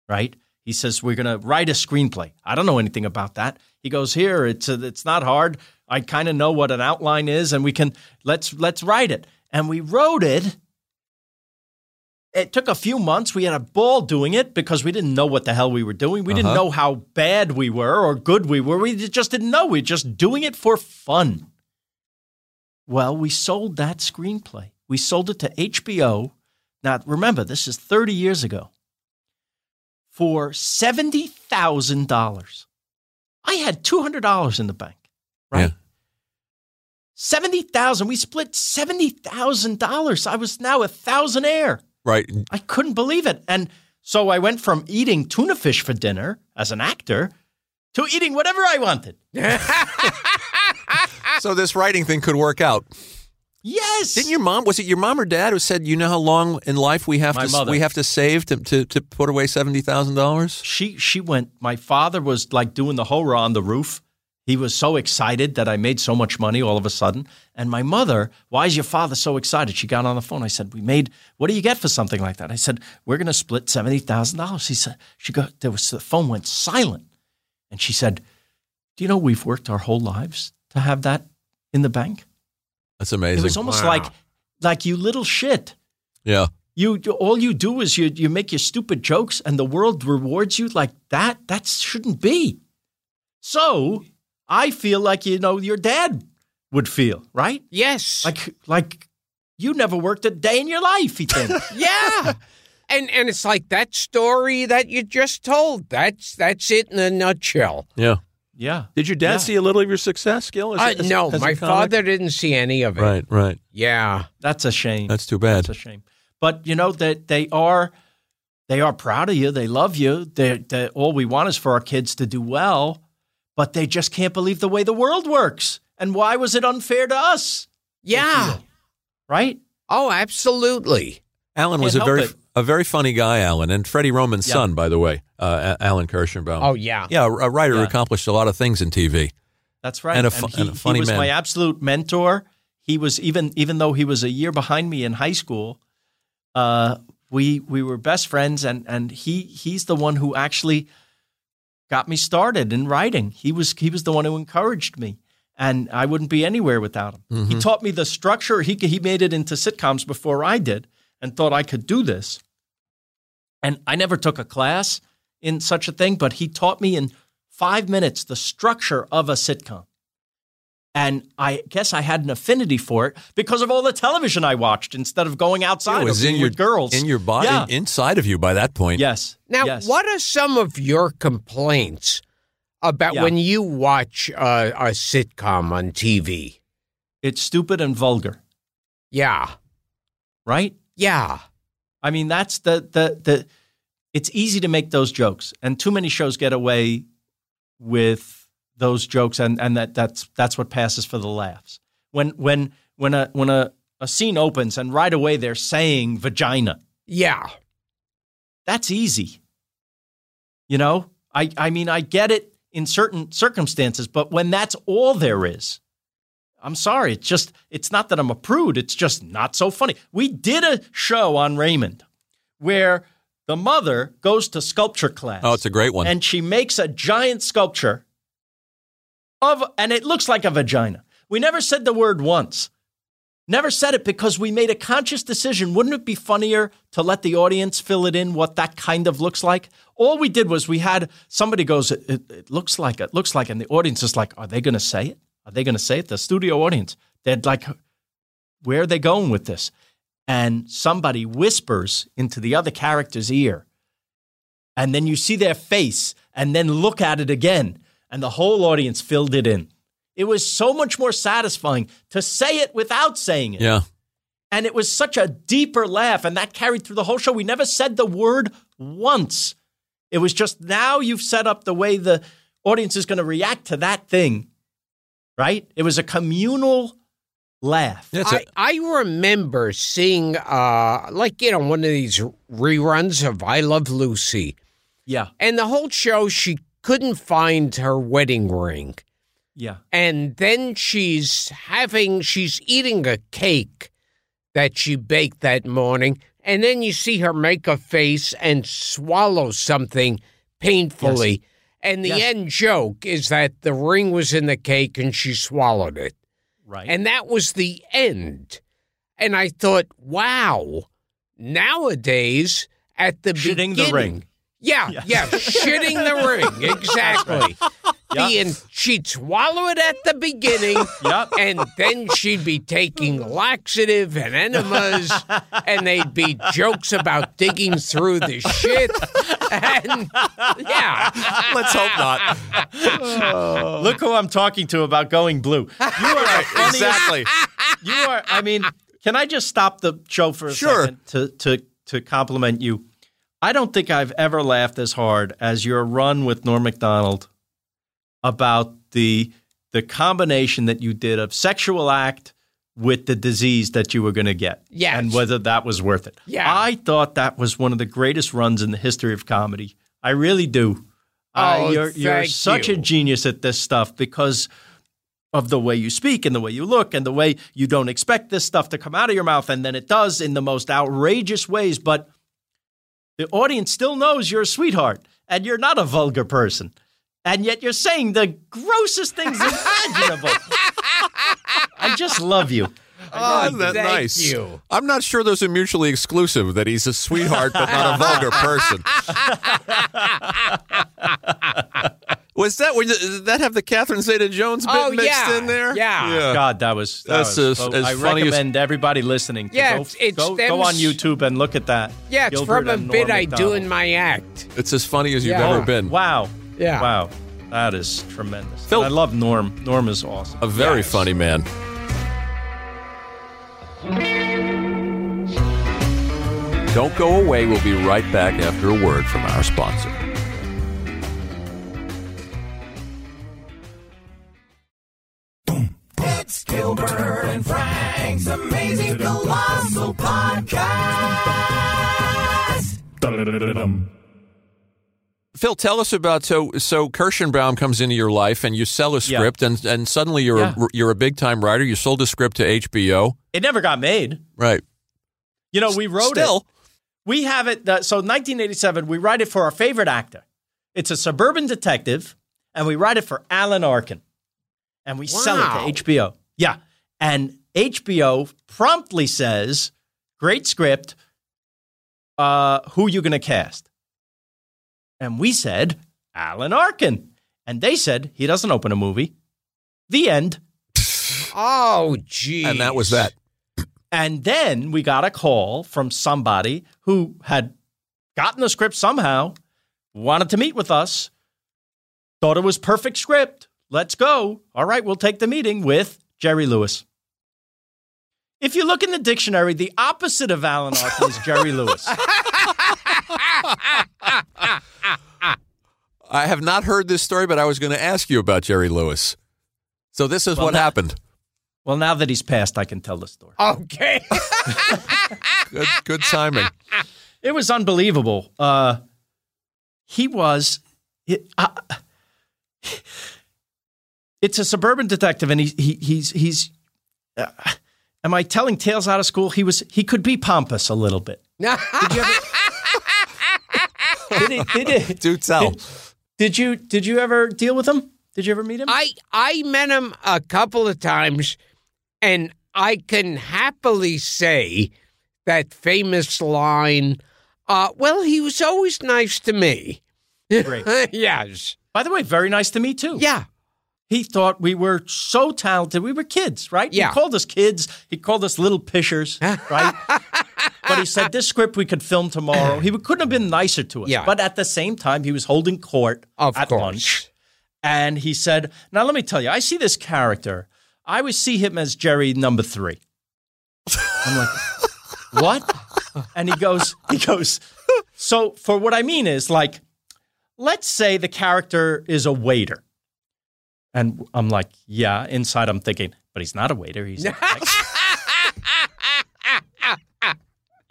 Speaker 5: right? He says, We're going to write a screenplay. I don't know anything about that. He goes, Here, it's, uh, it's not hard. I kind of know what an outline is, and we can, let's, let's write it. And we wrote it. It took a few months. We had a ball doing it because we didn't know what the hell we were doing. We didn't know how bad we were or good we were. We just didn't know. We were just doing it for fun. Well, we sold that screenplay. We sold it to HBO. Now, remember, this is 30 years ago for $70,000. I had $200 in the bank, right?
Speaker 3: Yeah.
Speaker 5: 70,000. We split $70,000. I was now a thousandaire.
Speaker 3: Right.
Speaker 5: I couldn't believe it. And so I went from eating tuna fish for dinner as an actor to eating whatever I wanted.
Speaker 3: So this writing thing could work out.
Speaker 5: Yes.
Speaker 3: Didn't your mom? Was it your mom or dad who said, "You know how long in life we have
Speaker 5: My
Speaker 3: to
Speaker 5: mother.
Speaker 3: we have to save to to, to put away seventy thousand dollars"?
Speaker 5: she she went my father was like doing the hora on the roof he was so excited that i made so much money all of a sudden and my mother why is your father so excited she got on the phone i said we made what do you get for something like that i said we're going to split $70000 he said she go there was the phone went silent and she said do you know we've worked our whole lives to have that in the bank
Speaker 3: That's amazing.
Speaker 5: it was almost like like you little shit
Speaker 3: yeah.
Speaker 5: you you- all you do is you you make your stupid jokes and the world rewards you like that that shouldn't be so i feel like you know your dad would feel right
Speaker 4: Yes.
Speaker 5: like like you never worked a day in your life he thinks
Speaker 4: yeah. And and it's like that story that you just told. That's that's it in a nutshell.
Speaker 3: Yeah.
Speaker 5: yeah
Speaker 3: Did your dad
Speaker 5: Yeah.
Speaker 3: see a little of your success, Gil? as a-
Speaker 4: Uh,
Speaker 3: as a-
Speaker 4: no,
Speaker 3: as a
Speaker 4: my
Speaker 3: comic?
Speaker 4: father didn't see any of it.
Speaker 3: Right. Right.
Speaker 4: Yeah.
Speaker 5: that's a shame
Speaker 3: That's too bad.
Speaker 5: It's a shame. But you know that they are they are proud of you. They love you. They, they all we want is for our kids to do well, but they just can't believe the way the world works. And why was it unfair to us?
Speaker 4: Yeah.
Speaker 5: Right?
Speaker 4: Oh, absolutely.
Speaker 3: Alan was a
Speaker 5: Can't
Speaker 3: very
Speaker 5: help it.
Speaker 3: a very funny guy, Alan, and Freddie Roman's
Speaker 5: Yeah.
Speaker 3: son, by the way, uh, A- Alan Kirschenbaum.
Speaker 4: Oh, yeah.
Speaker 3: yeah, a writer who
Speaker 5: Yeah.
Speaker 3: accomplished a lot of things in TV.
Speaker 5: That's right.
Speaker 3: And a fu- and a funny
Speaker 5: he was
Speaker 3: man.
Speaker 5: my absolute mentor. He was even even though he was a year behind me in high school, uh, we we were best friends and and he he's the one who actually got me started in writing. He was he was the one who encouraged me. And I wouldn't be anywhere without him.
Speaker 3: Mm-hmm.
Speaker 5: He taught me the structure. He he made it into sitcoms before I did, and thought I could do this. And I never took a class in such a thing, but he taught me in five minutes the structure of a sitcom. And I guess I had an affinity for it because of all the television I watched instead of going outside
Speaker 3: it
Speaker 5: or
Speaker 3: was
Speaker 5: being
Speaker 3: in your
Speaker 5: with girls.
Speaker 3: in your body,
Speaker 5: Yeah.
Speaker 3: inside of you by that point.
Speaker 5: yes.
Speaker 4: Now,
Speaker 5: yes.
Speaker 4: what are some of your complaints about
Speaker 5: Yeah.
Speaker 4: when you watch uh, a sitcom on TV?
Speaker 5: It's stupid and vulgar,
Speaker 4: Yeah.
Speaker 5: right?
Speaker 4: Yeah.
Speaker 5: I mean, that's the the the. It's easy to make those jokes, and too many shows get away with those jokes, and and that that's that's what passes for the laughs. When when when a when a a scene opens and right away they're saying vagina.
Speaker 4: Yeah.
Speaker 5: That's easy. You know, I I mean, I get it in certain circumstances, but when that's all there is, I'm sorry. It's just, it's not that I'm a prude. It's just not so funny. We did a show on Raymond where the mother goes to sculpture class.
Speaker 3: Oh, it's a great one.
Speaker 5: And she makes a giant sculpture of, and it looks like a vagina. We never said the word once. Never said it because we made a conscious decision. Wouldn't it be funnier to let the audience fill it in what that kind of looks like? All we did was we had somebody goes, it, it, it looks like it looks like, and the audience is like, are they going to say it? Are they going to say it? The studio audience, they're like, where are they going with this? And somebody whispers into the other character's ear, and then you see their face, and then look at it again, and the whole audience filled it in. It was so much more satisfying to say it without saying it.
Speaker 3: yeah,
Speaker 5: And it was such a deeper laugh, and that carried through the whole show. We never said the word once. It was just now you've set up the way the audience is going to react to that thing, right? It was a communal laugh.
Speaker 3: that's
Speaker 4: I,
Speaker 3: it.
Speaker 4: I remember seeing, uh, like, you know, one of these reruns of I Love Lucy.
Speaker 5: Yeah.
Speaker 4: And the whole show, she couldn't find her wedding ring.
Speaker 5: Yeah.
Speaker 4: and then she's having she's eating a cake that she baked that morning and then you see her make a face and swallow something painfully and the
Speaker 5: Yes.
Speaker 4: end joke is that the ring was in the cake and she swallowed it
Speaker 5: Right.
Speaker 4: and that was the end and i thought wow nowadays at the
Speaker 5: Shitting the
Speaker 4: beginning-
Speaker 5: ring.
Speaker 4: yeah, yeah, shitting the ring. Exactly. The in, she'd swallow it at the beginning,
Speaker 5: Yep.
Speaker 4: and then she'd be taking laxative and enemas, and they'd be jokes about digging through the shit. And yeah,
Speaker 3: Let's hope not.
Speaker 5: Look who I'm talking to about going blue. You are the funniest-
Speaker 3: exactly.
Speaker 5: You are. I mean, can I just stop the show for a
Speaker 3: Sure.
Speaker 5: second to to to compliment you? I don't think I've ever laughed as hard as your run with Norm Macdonald about the the combination that you did of sexual act with the disease that you were going to get,
Speaker 4: Yes.
Speaker 5: and whether that was worth it.
Speaker 4: Yeah.
Speaker 5: I thought that was one of the greatest runs in the history of comedy. I really do. Uh,
Speaker 4: Oh,
Speaker 5: you're you're
Speaker 4: thank
Speaker 5: such a
Speaker 4: you.
Speaker 5: genius at this stuff because of the way you speak and the way you look and the way you don't expect this stuff to come out of your mouth and then it does in the most outrageous ways but the audience still knows you're a sweetheart and you're not a vulgar person and yet you're saying the grossest things imaginable i just love you
Speaker 3: Oh, isn't that
Speaker 4: thank
Speaker 3: nice?
Speaker 4: you.
Speaker 3: I'm not sure those are mutually exclusive. That he's a sweetheart but not a vulgar person. Was that was- did that have the Catherine Zeta-Jones bit
Speaker 4: Oh,
Speaker 3: mixed
Speaker 4: yeah.
Speaker 3: in there?
Speaker 4: Yeah.
Speaker 5: god that was that
Speaker 3: Uh, That's as-
Speaker 5: was- oh,
Speaker 3: as
Speaker 5: i
Speaker 3: funny as-
Speaker 5: recommend everybody listening to
Speaker 4: Yeah,
Speaker 5: go,
Speaker 4: it's- it
Speaker 5: go, go
Speaker 4: stems-
Speaker 5: on youtube and look at that
Speaker 4: yeah, it's
Speaker 5: Gilbert
Speaker 4: from a
Speaker 5: and
Speaker 4: bit
Speaker 5: Norm
Speaker 4: I do
Speaker 5: Macdonald.
Speaker 4: in my act.
Speaker 3: It's as funny as you've
Speaker 4: Yeah.
Speaker 3: ever been.
Speaker 5: Wow.
Speaker 4: Yeah.
Speaker 5: Wow. That is tremendous.
Speaker 3: Phil-
Speaker 5: And I love Norm. Norm is awesome.
Speaker 3: A very
Speaker 4: Yes.
Speaker 3: funny man. Don't go away. We'll be right back after a word from our sponsor. Phil, tell us about so so Kirschenbaum comes into your life and you sell a
Speaker 5: Yeah.
Speaker 3: script and and suddenly you're
Speaker 5: Yeah.
Speaker 3: a, you're a big time writer. You sold a script to HBO,
Speaker 5: It never got made.
Speaker 3: right?
Speaker 5: You know, we wrote
Speaker 3: Still,
Speaker 5: it. We have it. uh, so 1987, we write it for our favorite actor. It's a suburban detective, and we write it for Alan Arkin. And we sell
Speaker 4: Wow.
Speaker 5: it to HBO. Yeah. And HBO promptly says, great script. Uh, who you going to cast? And we said, Alan Arkin. And they said, he doesn't open a movie. The end.
Speaker 4: Oh, geez.
Speaker 3: and that was that.
Speaker 5: And then we got a call from somebody who had gotten the script somehow, wanted to meet with us, thought it was perfect script. Let's go. All right, we'll take the meeting with Jerry Lewis. If you look in the dictionary, the opposite of Alan Arkin is Jerry Lewis.
Speaker 3: I have not heard this story, but I was going to ask you about Jerry Lewis. So this is
Speaker 5: Well,
Speaker 3: what
Speaker 5: now-
Speaker 3: happened.
Speaker 5: Well, now that he's passed, I can tell the story.
Speaker 4: Okay.
Speaker 3: Good, good timing.
Speaker 5: It was unbelievable. Uh, he was. It, uh, it's a suburban detective, and he, he he's he's. Uh, am I telling tales out of school? He was. He could be pompous a little bit. Did, he, did, he-
Speaker 3: Do tell.
Speaker 5: did you did you ever deal with him? Did you ever meet him?
Speaker 4: I I met him a couple of times, and I can happily say that famous line. Uh, well, he was always nice to me.
Speaker 5: Great.
Speaker 4: yes.
Speaker 5: By the way, very nice to me too.
Speaker 4: Yeah.
Speaker 5: He thought we were so talented. We were kids, right?
Speaker 4: Yeah.
Speaker 5: He called us kids. He called us little pishers, right? but he said this script we could film tomorrow. He couldn't have been nicer to us.
Speaker 4: Yeah.
Speaker 5: But at the same time, he was holding court
Speaker 4: Of
Speaker 5: at
Speaker 4: course.
Speaker 5: lunch. And he said, Now let me tell you, I see this character. I always see him as Jerry number three. I'm like, What? And he goes, he goes, so for what I mean is like, let's say the character is a waiter. And I'm like, yeah, inside I'm thinking, but he's not a waiter. He's a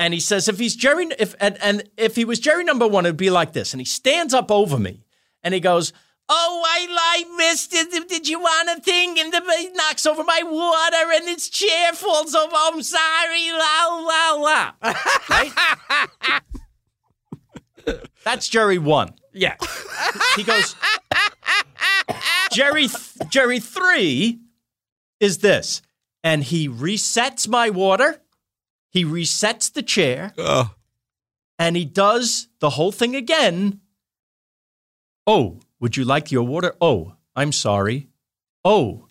Speaker 5: and he says, if he's Jerry, if and, and if he was Jerry number one, it'd be like this. And he stands up over me and he goes,
Speaker 7: Oh, I lied, mister. Did did you want a thing? And the he knocks over my water and his chair falls over. I'm sorry, la, la, la.
Speaker 5: That's Jerry one.
Speaker 7: Yeah.
Speaker 5: He goes, Jerry, th- Jerry three is this. And he resets my water. He resets the chair.
Speaker 3: Oh.
Speaker 5: And he does the whole thing again. Oh, would you like your water? Oh, I'm sorry. Oh,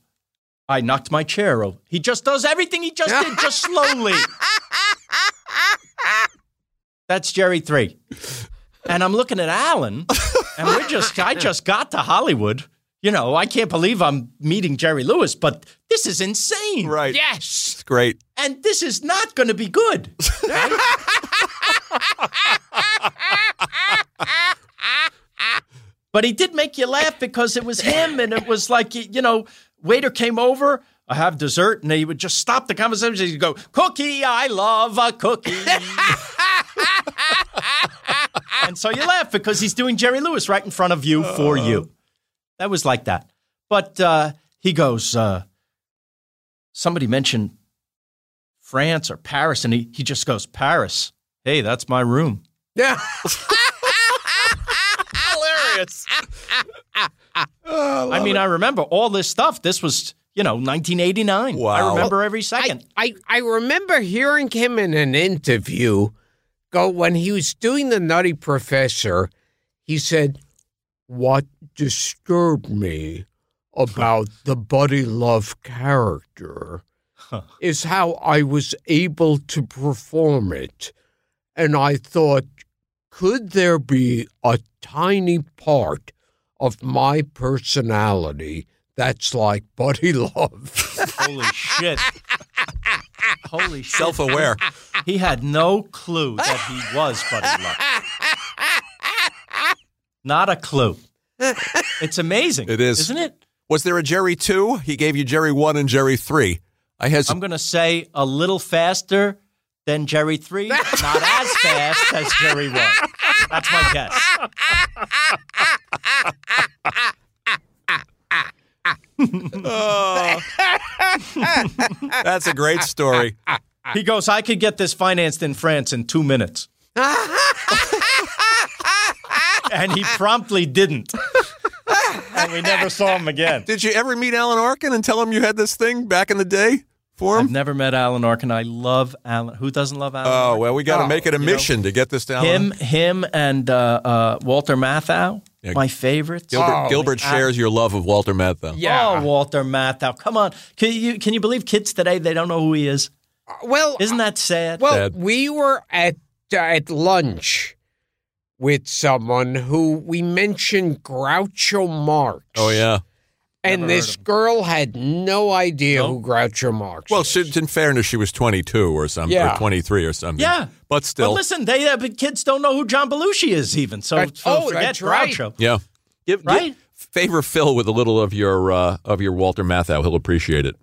Speaker 5: I knocked my chair over. He just does everything he just did, just slowly. That's Jerry three. And I'm looking at Alan, and we're just, I just got to Hollywood. You know, I can't believe I'm meeting Jerry Lewis, but this is insane.
Speaker 3: Right.
Speaker 4: Yes.
Speaker 3: It's great.
Speaker 5: And this is not going to be good. but he did make you laugh because it was him, and it was like, you know, waiter came over. I have dessert, and he would just stop the conversation. He'd go, "Cookie, I love a cookie." and so you laugh because he's doing Jerry Lewis right in front of you for you. That was like that. But uh, he goes, uh, somebody mentioned France or Paris, and he, he just goes, Paris. Hey, that's my room.
Speaker 3: Yeah.
Speaker 5: Hilarious. I mean, I remember all this stuff. This was, you know, 1989.
Speaker 3: Wow.
Speaker 5: I remember every second.
Speaker 4: I, I, I remember hearing him in an interview go when he was doing the Nutty Professor, he said, What disturbed me about the Buddy Love character is how I was able to perform it. And I thought, could there be a tiny part of my personality that's like Buddy Love?
Speaker 5: Holy shit. Holy shit.
Speaker 3: Self aware.
Speaker 5: He had no clue that he was Buddy Love. Not a clue. It's amazing.
Speaker 3: It is.
Speaker 5: Isn't it?
Speaker 3: Was there a Jerry 2? He gave you Jerry 1 and Jerry 3. I had
Speaker 5: I'm
Speaker 3: some.
Speaker 5: going to say a little faster than Jerry 3, not as fast as Jerry 1. That's my guess.
Speaker 3: That's a great story.
Speaker 5: He goes, I could get this financed in France in two minutes. and he promptly didn't. and we never saw him again.
Speaker 3: Did you ever meet Alan Arkin and tell him you had this thing back in the day for
Speaker 5: I've
Speaker 3: him?
Speaker 5: never met Alan Arkin. I love Alan. Who doesn't love Alan?
Speaker 3: Oh,
Speaker 5: Arkin?
Speaker 3: well, we got to
Speaker 5: Oh,
Speaker 3: make it a
Speaker 5: you know,
Speaker 3: mission to get this down.
Speaker 5: Him, him, and uh, uh, Walter Matthau,
Speaker 3: Yeah.
Speaker 5: my favorites.
Speaker 3: Gilbert, Gilbert shares your love of Walter Matthau.
Speaker 5: Oh, Walter Matthau. Come on. Can you can you believe kids today they don't know who he is?
Speaker 4: Uh, Well,
Speaker 5: Isn't that sad?
Speaker 4: Well,
Speaker 3: Dad.
Speaker 4: we were at uh, at lunch with someone who we mentioned Groucho Marx.
Speaker 3: Oh, yeah.
Speaker 4: and this girl had no idea who Groucho Marx.
Speaker 3: Well,
Speaker 4: is.
Speaker 3: she, in fairness, she was 22 or something,
Speaker 4: Yeah.
Speaker 3: or 23 or something.
Speaker 5: Yeah.
Speaker 3: But
Speaker 5: but
Speaker 3: still.
Speaker 5: listen, they uh, but kids don't know who John Belushi is even. So,
Speaker 4: That's-
Speaker 5: so
Speaker 4: oh,
Speaker 5: forget
Speaker 4: that's right.
Speaker 5: Groucho.
Speaker 3: yeah. Give,
Speaker 5: Right?
Speaker 3: favor Phil with a little of your uh, of your Walter Matthau. He'll appreciate it.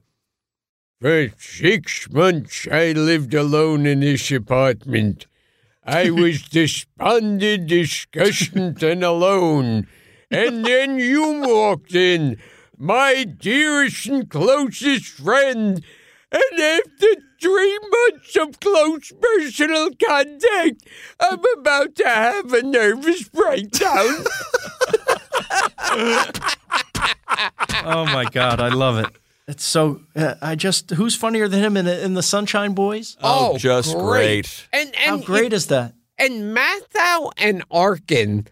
Speaker 4: For six months, I lived alone in this apartment. I was despondent, discussioned, and alone. And then you walked in, my dearest and closest friend. And after three months of close personal contact, I'm about to have a nervous breakdown.
Speaker 5: Oh my God, I love it. It's so. Uh, I just who's funnier than him in, the- in the Sunshine Boys?
Speaker 3: Oh, just great.
Speaker 4: And,
Speaker 5: How
Speaker 4: and,
Speaker 5: great is that?
Speaker 4: and Mathau and Arkin.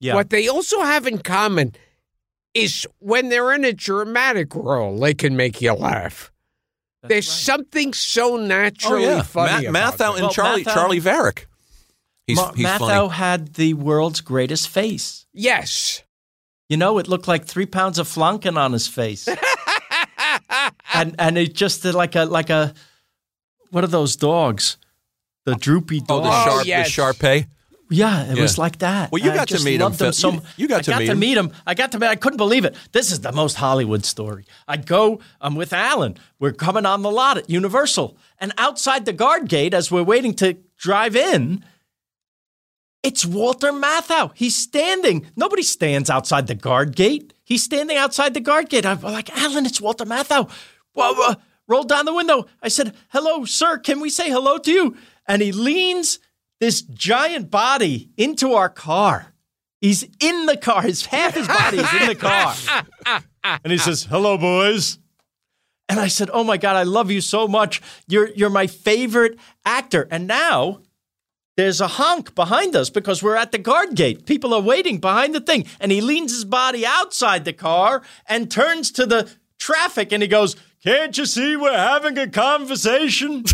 Speaker 5: Yeah,
Speaker 4: What they also have in common is when they're in a dramatic role, they can make you laugh. There's something so naturally funny
Speaker 3: Oh, Ma-
Speaker 4: about
Speaker 3: Matthau
Speaker 4: it.
Speaker 3: and
Speaker 5: Well,
Speaker 3: Charlie
Speaker 5: Matthau-
Speaker 3: Charlie Varick. He's
Speaker 5: Ma- Oh,
Speaker 3: he's
Speaker 5: Matthau
Speaker 3: funny.
Speaker 5: had the world's greatest face.
Speaker 4: Yes.
Speaker 5: You know, it looked like three pounds of flanken on his face, and and it just did like a like a what are those dogs? The droopy
Speaker 3: Oh,
Speaker 5: dogs.
Speaker 3: the sharp eh?
Speaker 4: yes.
Speaker 3: the Sharpay.
Speaker 5: Yeah, it
Speaker 3: Yeah.
Speaker 5: was like that.
Speaker 3: Well, you
Speaker 5: I
Speaker 3: got to
Speaker 5: just
Speaker 3: meet him,
Speaker 5: loved
Speaker 3: Phil.
Speaker 5: so
Speaker 3: You-
Speaker 5: mu-
Speaker 3: you got
Speaker 5: I
Speaker 3: to
Speaker 5: got
Speaker 3: meet
Speaker 5: to
Speaker 3: him.
Speaker 5: meet him. I got to meet. I couldn't believe it. This is the most Hollywood story. I go. I'm with Alan. We're coming on the lot at Universal, and outside the guard gate, as we're waiting to drive in, It's Walter Matthau. He's standing. Nobody stands outside the guard gate. He's standing outside the guard gate. I'm like, Alan, it's Walter Matthau. Whoa, whoa. Rolled down the window. I said, Hello, sir. Can we say hello to you? And he leans this giant body into our car. He's in the car. His half his body is in the car. And he says, Hello, boys. And I said, Oh my God, I love you so much. You're you're my favorite actor. And now there's a honk behind us because we're at the guard gate. People are waiting behind the thing. And he leans his body outside the car and turns to the traffic and he goes, Can't you see we're having a conversation? and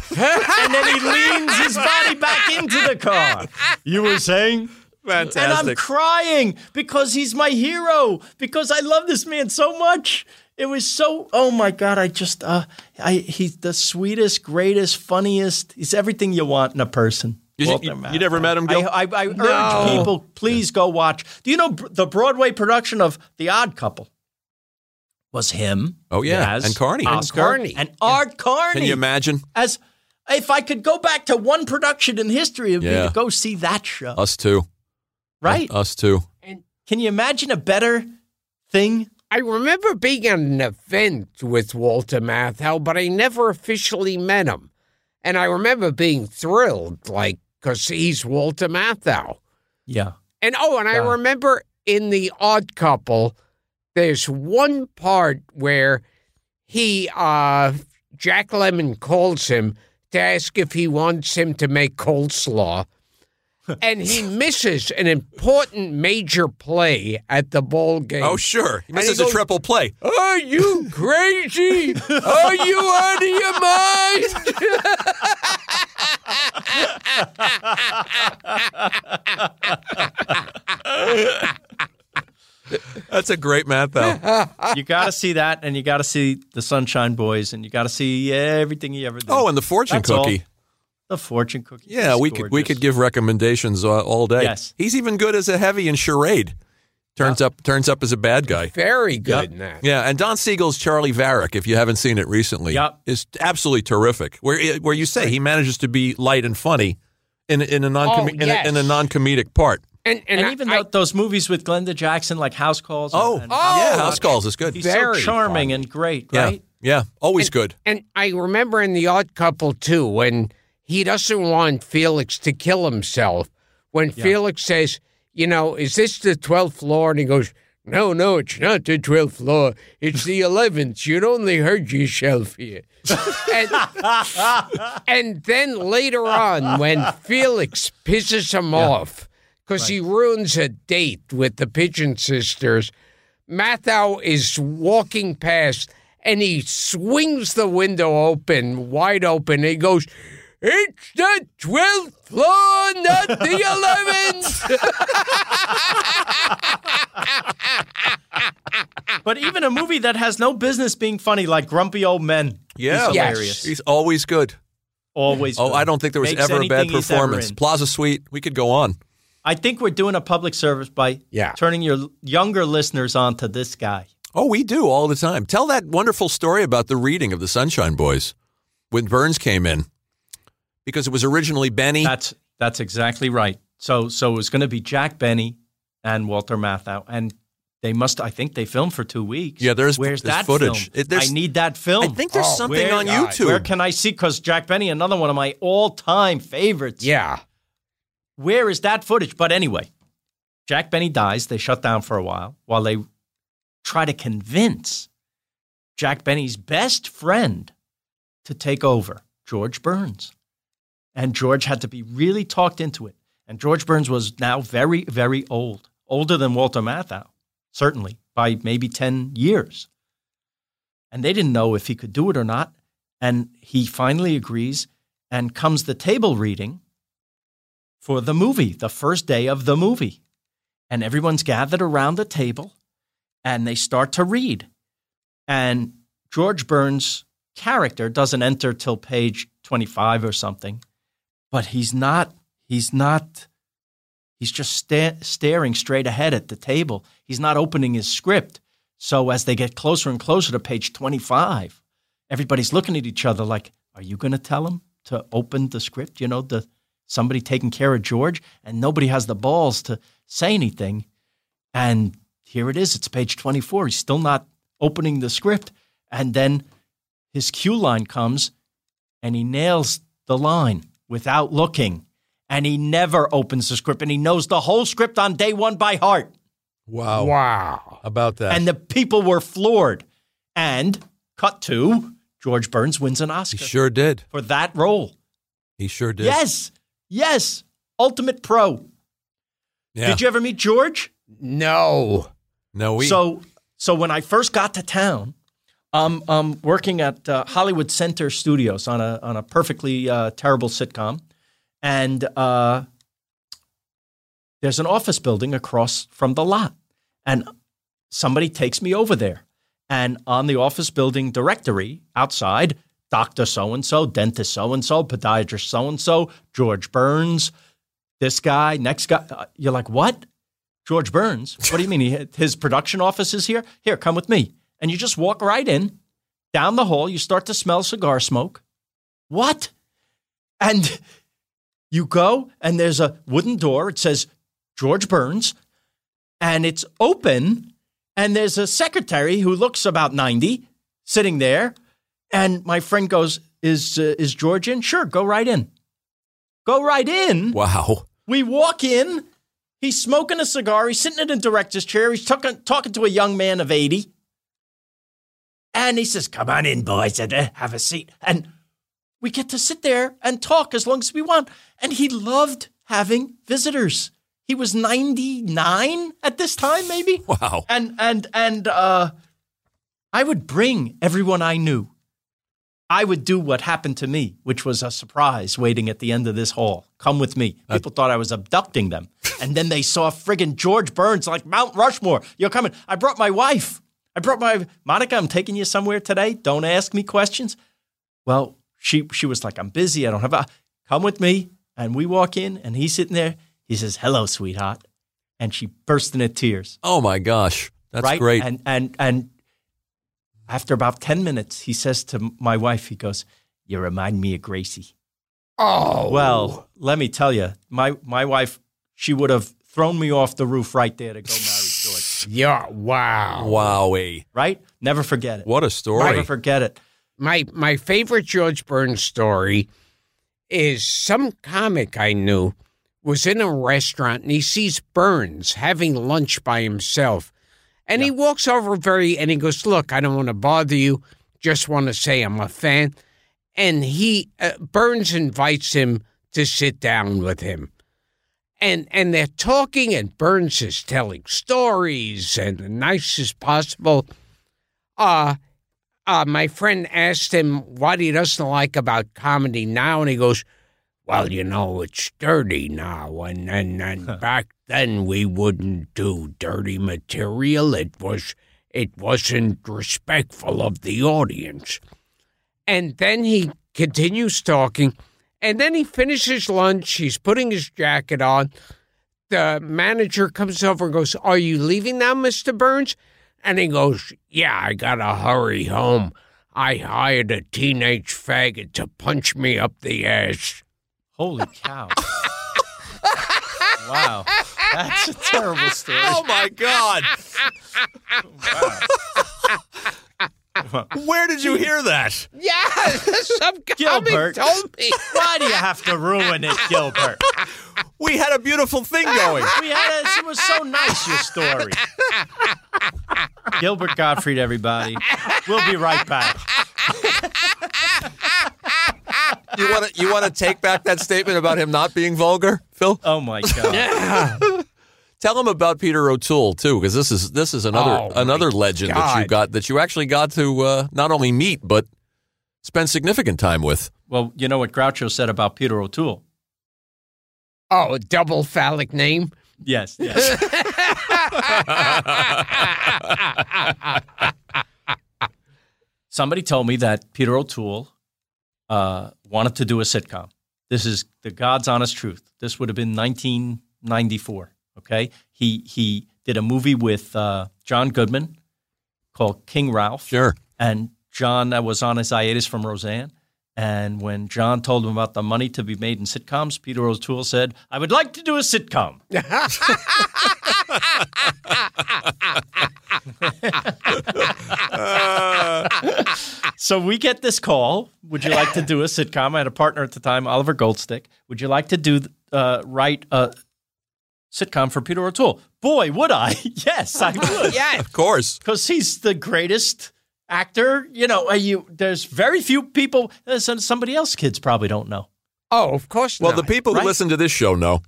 Speaker 5: then he leans his body back into the car. You were saying? And I'm
Speaker 3: Fantastic.
Speaker 5: crying because he's my hero, because I love this man so much. It was so oh my god, I just uh I he's the sweetest, greatest, funniest. He's everything you want in a person.
Speaker 3: You-
Speaker 5: Walter
Speaker 3: you- you
Speaker 5: Matthau.
Speaker 3: never met him, Gil?
Speaker 5: I, I, I urge
Speaker 3: No.
Speaker 5: people, please go watch. Do you know br- the Broadway production of The Odd Couple? Was him?
Speaker 3: Oh, yeah.
Speaker 5: Yaz,
Speaker 3: And Carney. And
Speaker 5: Oscar, and
Speaker 4: Carney.
Speaker 5: Carney, and Art Carney.
Speaker 3: Can you imagine
Speaker 5: As if I could go back to one production in history, it would
Speaker 3: Yeah. Uh,
Speaker 5: be to go see that show.
Speaker 3: us too?
Speaker 5: right?
Speaker 3: Us too.
Speaker 5: Can you imagine a better thing?
Speaker 4: I remember being at an event with Walter Matthau, but I never officially met him. And I remember being thrilled, like, because he's Walter Matthau.
Speaker 5: Yeah.
Speaker 4: And oh, and I
Speaker 5: Yeah.
Speaker 4: remember in The Odd Couple, there's one part where he, uh, Jack Lemon calls him to ask if he wants him to make coleslaw. and he misses an important major play at the ball game.
Speaker 3: Oh, sure. This is
Speaker 4: he
Speaker 3: a
Speaker 4: goes-
Speaker 3: triple play.
Speaker 4: Are you crazy? Are you out of your mind?
Speaker 3: That's a great Matt, though.
Speaker 5: You got to see that, and you got to see the Sunshine Boys, and you got to see everything he ever did.
Speaker 3: Oh, and the fortune
Speaker 5: That's all.
Speaker 3: cookie.
Speaker 5: the fortune cookie.
Speaker 3: Yeah,
Speaker 5: is
Speaker 3: we could we
Speaker 5: gorgeous.
Speaker 3: could give recommendations uh, all day.
Speaker 5: Yes.
Speaker 3: he's even good as a heavy in charade. Turns up turns up as a bad guy.
Speaker 4: Very good in that.
Speaker 3: Yeah, and Don Siegel's Charlie Varick, if you haven't seen it recently,
Speaker 5: Yep.
Speaker 3: is absolutely terrific. Where it- where you say he manages to be light and funny in in a non
Speaker 4: Oh, yes.
Speaker 3: in a, non comedic part.
Speaker 4: And, and,
Speaker 5: And,
Speaker 4: I-
Speaker 5: even
Speaker 4: I-
Speaker 5: tho- those movies with Glenda Jackson, like House Calls. and-
Speaker 3: Oh,
Speaker 5: and
Speaker 3: yeah, House Calls is good.
Speaker 5: He's
Speaker 4: Very
Speaker 5: so charming
Speaker 4: funny.
Speaker 5: and great,
Speaker 3: yeah,
Speaker 5: right?
Speaker 3: yeah, always good.
Speaker 4: And I remember in The Odd Couple, too, when he doesn't want Felix to kill himself, when Felix says, you know, is this the 12th floor? And he goes, no, no, it's not the 12th floor. It's the 11th. You'd only hurt yourself here. and, and then later on, when Felix pisses him off because he ruins a date with the Pigeon Sisters, Mathau is walking past and he swings the window open, wide open. And he goes, It's the 12th floor, not the 11th.
Speaker 5: But even a movie that has no business being funny, like Grumpy Old Men.
Speaker 3: Yeah,
Speaker 5: is
Speaker 4: Yes.
Speaker 5: hilarious.
Speaker 3: he's always good.
Speaker 5: Always.
Speaker 3: Oh,
Speaker 5: good.
Speaker 3: I don't think there was
Speaker 5: Makes
Speaker 3: ever a bad
Speaker 5: anything he's ever
Speaker 3: performance.
Speaker 5: in.
Speaker 3: Plaza Suite, we could go on.
Speaker 5: I think we're doing a public service by
Speaker 4: Yeah.
Speaker 5: turning your l- younger listeners on to this guy.
Speaker 3: Oh, we do all the time. Tell that wonderful story about the reading of the Sunshine Boys when Burns came in, because it was originally Benny.
Speaker 5: That's that's exactly right. So so it was going to be Jack Benny and Walter Matthau, and they must. I think they filmed for two weeks.
Speaker 3: Yeah, there's-
Speaker 5: where's
Speaker 3: there's
Speaker 5: that
Speaker 3: footage.
Speaker 5: Film?
Speaker 3: It- there's-
Speaker 5: I need that film.
Speaker 3: I think there's
Speaker 4: Oh,
Speaker 3: something
Speaker 4: where-
Speaker 3: on
Speaker 4: God.
Speaker 3: YouTube.
Speaker 5: Where can I see? Because Jack Benny, another one of my all-time favorites.
Speaker 4: yeah.
Speaker 5: Where is that footage? But anyway, Jack Benny dies. They shut down for a while while they try to convince Jack Benny's best friend to take over, George Burns. And George had to be really talked into it. And George Burns was now very, very old, older than Walter Matthau, certainly by maybe 10 years. And they didn't know if he could do it or not. And he finally agrees and comes the table reading for the movie, the first day of the movie. And everyone's gathered around the table and they start to read. And George Burns' character doesn't enter till page 25 or something, but he's not, he's not, he's just sta- staring straight ahead at the table. He's not opening his script. So as they get closer and closer to page 25, everybody's looking at each other like, are you going to tell him to open the script? You know, the somebody taking care of George, and nobody has the balls to say anything. And here it is. It's page 24. He's still not opening the script. And then his cue line comes and he nails the line without looking. And he never opens the script and he knows the whole script on day one by heart.
Speaker 8: Wow.
Speaker 4: Wow.
Speaker 8: About that.
Speaker 5: And the people were floored. And cut to George Burns wins an Oscar
Speaker 8: he sure did.
Speaker 5: for that role.
Speaker 8: He sure did.
Speaker 5: Yes. Yes. Ultimate pro.
Speaker 8: Yeah.
Speaker 5: Did you ever meet George?
Speaker 4: No.
Speaker 8: no, we.
Speaker 5: So, so when I first got to town, um, um, working at uh, Hollywood Center Studios on a on a perfectly uh, terrible sitcom, and uh, there's an office building across from the lot, and somebody takes me over there, and on the office building directory outside, Doctor So and So, Dentist So and So, Podiatrist So and So, George Burns, this guy, next guy. Uh, You're like, what? George Burns. What do you mean? He, his production office is here? Here, come with me. And you just walk right in, down the hall. You start to smell cigar smoke. What? And you go, and there's a wooden door. It says George Burns, and it's open. And there's a secretary who looks about 90 sitting there. And my friend goes, Is, uh, is George in? Sure, go right in. Go right in.
Speaker 8: wow.
Speaker 5: We walk in. He's smoking a cigar. He's sitting in a director's chair. He's talking, talking to a young man of 80. And he says, Come on in, boys, and uh, have a seat. And we get to sit there and talk as long as we want. And he loved having visitors. He was 99 at this time, maybe.
Speaker 8: Wow.
Speaker 5: And, and, and, uh, I would bring everyone I knew. I would do what happened to me, which was a surprise waiting at the end of this hall. Come with me. People thought I was abducting them. And then they saw friggin' George Burns like Mount Rushmore. You're coming. I brought my wife. I brought my Monica, I'm taking you somewhere today. Don't ask me questions. Well, she she was like, I'm busy. I don't have a come with me. And we walk in and he's sitting there. He says, Hello, sweetheart. And she burst into tears
Speaker 8: Oh, my gosh. That's
Speaker 5: right?
Speaker 8: great.
Speaker 5: And and and after about ten minutes, he says to my wife, he goes, "You remind me of Gracie." Oh well, let me tell you, my my wife, she would have thrown me off the roof right there to go marry George.
Speaker 4: Yeah. Wow.
Speaker 8: Wowie.
Speaker 5: Right? Never forget it.
Speaker 8: What a
Speaker 5: Never
Speaker 8: story.
Speaker 5: forget it.
Speaker 4: my my favorite George Burns story is some comic I knew was in a restaurant and he sees Burns having lunch by himself. And he walks over very and he goes, "Look, I don't want to bother you. Just want to say I'm a fan." And he uh, Burns invites him to sit down with him. And and they're talking and Burns is telling stories and the nicest possible uh uh, my friend asked him what he doesn't like about comedy now, and he goes, "Well, you know, it's dirty now, and and, and back then we wouldn't do dirty material. It was it wasn't respectful of the audience." And then he continues talking, and then he finishes lunch. He's putting his jacket on. The manager comes over and goes, Are you leaving now, Mr. Burns? And he goes, Yeah, I gotta hurry home. I hired a teenage faggot to punch me up the ass.
Speaker 5: Holy cow! wow, that's a terrible story.
Speaker 8: Oh, my God. Where did you hear that?
Speaker 4: Yeah, some comic
Speaker 5: Gilbert.
Speaker 4: told me.
Speaker 5: Why do you have to ruin it, Gilbert?
Speaker 8: We had a beautiful thing going.
Speaker 5: We had a, it was so nice your story. Gilbert Gottfried, everybody. We'll be right back.
Speaker 3: You want to you want to take back that statement about him not being vulgar, Phil?
Speaker 5: Oh my god.
Speaker 3: Tell him about Peter O'Toole too, because this is this is another
Speaker 4: Oh, my
Speaker 3: another legend that you
Speaker 4: God.
Speaker 3: got that you actually got to uh, not only meet but spend significant time with.
Speaker 5: Well, you know what Groucho said about Peter O'Toole?
Speaker 4: Oh, a double phallic name.
Speaker 5: Yes, yes. Somebody told me that Peter O'Toole uh, wanted to do a sitcom. This is the God's honest truth. This would have been 1994. Okay, he he did a movie with uh, John Goodman called King Ralph.
Speaker 3: Sure.
Speaker 5: and John uh, was on his hiatus from Roseanne. And when John told him about the money to be made in sitcoms, Peter O'Toole said, I would like to do a sitcom. so we get this call. Would you like to do a sitcom? I had a partner at the time, Oliver Goldstick. Would you like to do uh, write a sitcom for Peter O'Toole? Boy, would I! yes, I would.
Speaker 4: Yeah.
Speaker 3: Of course.
Speaker 5: because he's the greatest actor. You know, uh, you there's very few people. uh, some- Somebody else, kids probably don't know.
Speaker 4: Oh, of course
Speaker 3: Well,
Speaker 4: not.
Speaker 3: the people
Speaker 5: right?
Speaker 3: who listen to this show know.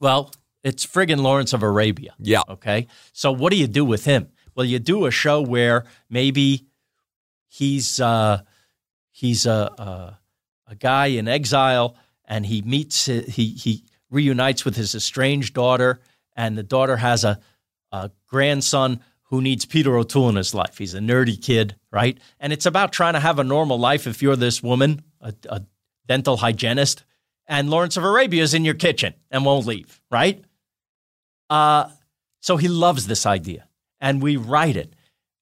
Speaker 5: Well, it's friggin' Lawrence of Arabia.
Speaker 3: Yeah.
Speaker 5: Okay. So what do you do with him? Well, you do a show where maybe he's uh, he's a, a a guy in exile, and he meets he he reunites with his estranged daughter, and the daughter has a, a grandson who needs Peter O'Toole in his life. He's a nerdy kid, right? And it's about trying to have a normal life if you're this woman, a, a dental hygienist, and Lawrence of Arabia is in your kitchen and won't leave, right? Uh, so he loves this idea, and we write it,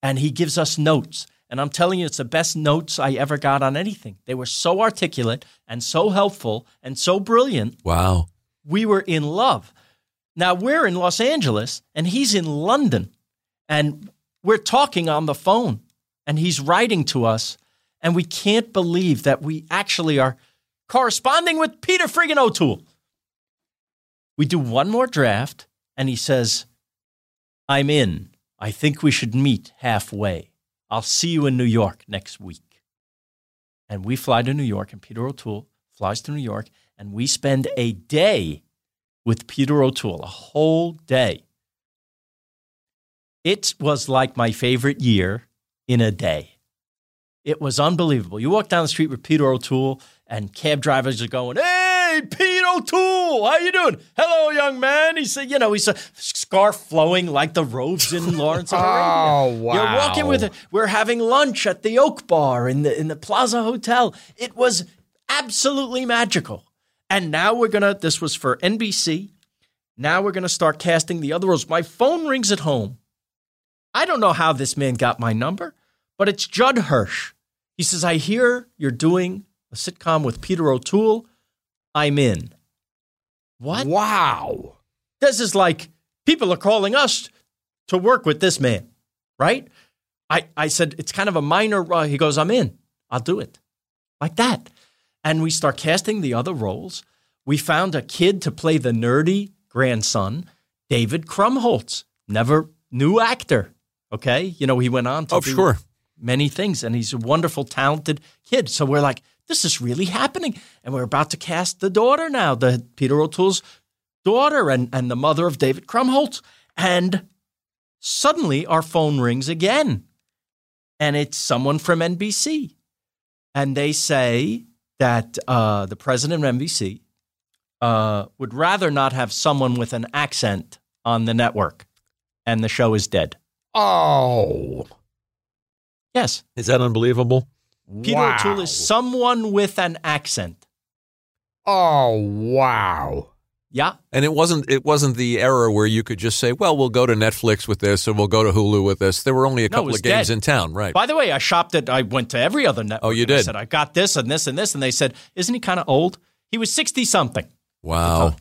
Speaker 5: and he gives us notes. And I'm telling you, it's the best notes I ever got on anything. They were so articulate and so helpful and so brilliant.
Speaker 3: Wow.
Speaker 5: We were in love. Now we're in Los Angeles, and he's in London, and we're talking on the phone, and he's writing to us, and we can't believe that we actually are corresponding with Peter friggin' O'Toole. We do one more draft, and he says, I'm in. I think we should meet halfway. I'll see you in New York next week. And we fly to New York, and Peter O'Toole flies to New York, and we spend a day with Peter O'Toole, a whole day. It was like my favorite year in a day. It was unbelievable. You walk down the street with Peter O'Toole, and cab drivers are going, "Hey, Pete O'Toole, how you doing? Hello, young man." He said, "You know, he's a scarf flowing like the robes in Lawrence of Arabia."
Speaker 4: Oh,
Speaker 5: You're walking
Speaker 4: wow.
Speaker 5: with. A, we're having lunch at the Oak Bar in the in the Plaza Hotel. It was absolutely magical. And now we're gonna. This was for NBC. Now we're gonna start casting the other roles. My phone rings at home. I don't know how this man got my number, but it's Judd Hirsch. He says, I hear you're doing a sitcom with Peter O'Toole. I'm in. What?
Speaker 4: Wow.
Speaker 5: This is like people are calling us to work with this man, right? I, I said, it's kind of a minor. Uh, he goes, I'm in. I'll do it. Like that. And we start casting the other roles. We found a kid to play the nerdy grandson, David Krumholtz. Never new actor. Okay. You know, he went on to
Speaker 3: Oh,
Speaker 5: do
Speaker 3: sure.
Speaker 5: many things, and he's a wonderful, talented kid. So we're like, this is really happening. And we're about to cast the daughter now, the Peter O'Toole's daughter and, and the mother of David Krumholtz. And suddenly our phone rings again. And it's someone from NBC. And they say that uh, the president of NBC uh, would rather not have someone with an accent on the network. And the show is dead.
Speaker 4: Oh.
Speaker 5: Yes.
Speaker 3: Is that unbelievable?
Speaker 5: Peter
Speaker 4: wow.
Speaker 5: O'Toole is someone with an accent.
Speaker 4: Oh, wow.
Speaker 5: Yeah.
Speaker 3: And it wasn't it wasn't the era where you could just say, well, we'll go to Netflix with this or we'll go to Hulu with this. There were only a
Speaker 5: No, it
Speaker 3: couple
Speaker 5: was
Speaker 3: of games
Speaker 5: dead.
Speaker 3: in town, right?
Speaker 5: By the way, I shopped at, I went to every other network.
Speaker 3: Oh, you
Speaker 5: and I
Speaker 3: did?
Speaker 5: said, I got this and this and this. And they said, Isn't he kind of old? He was 60 something.
Speaker 3: Wow.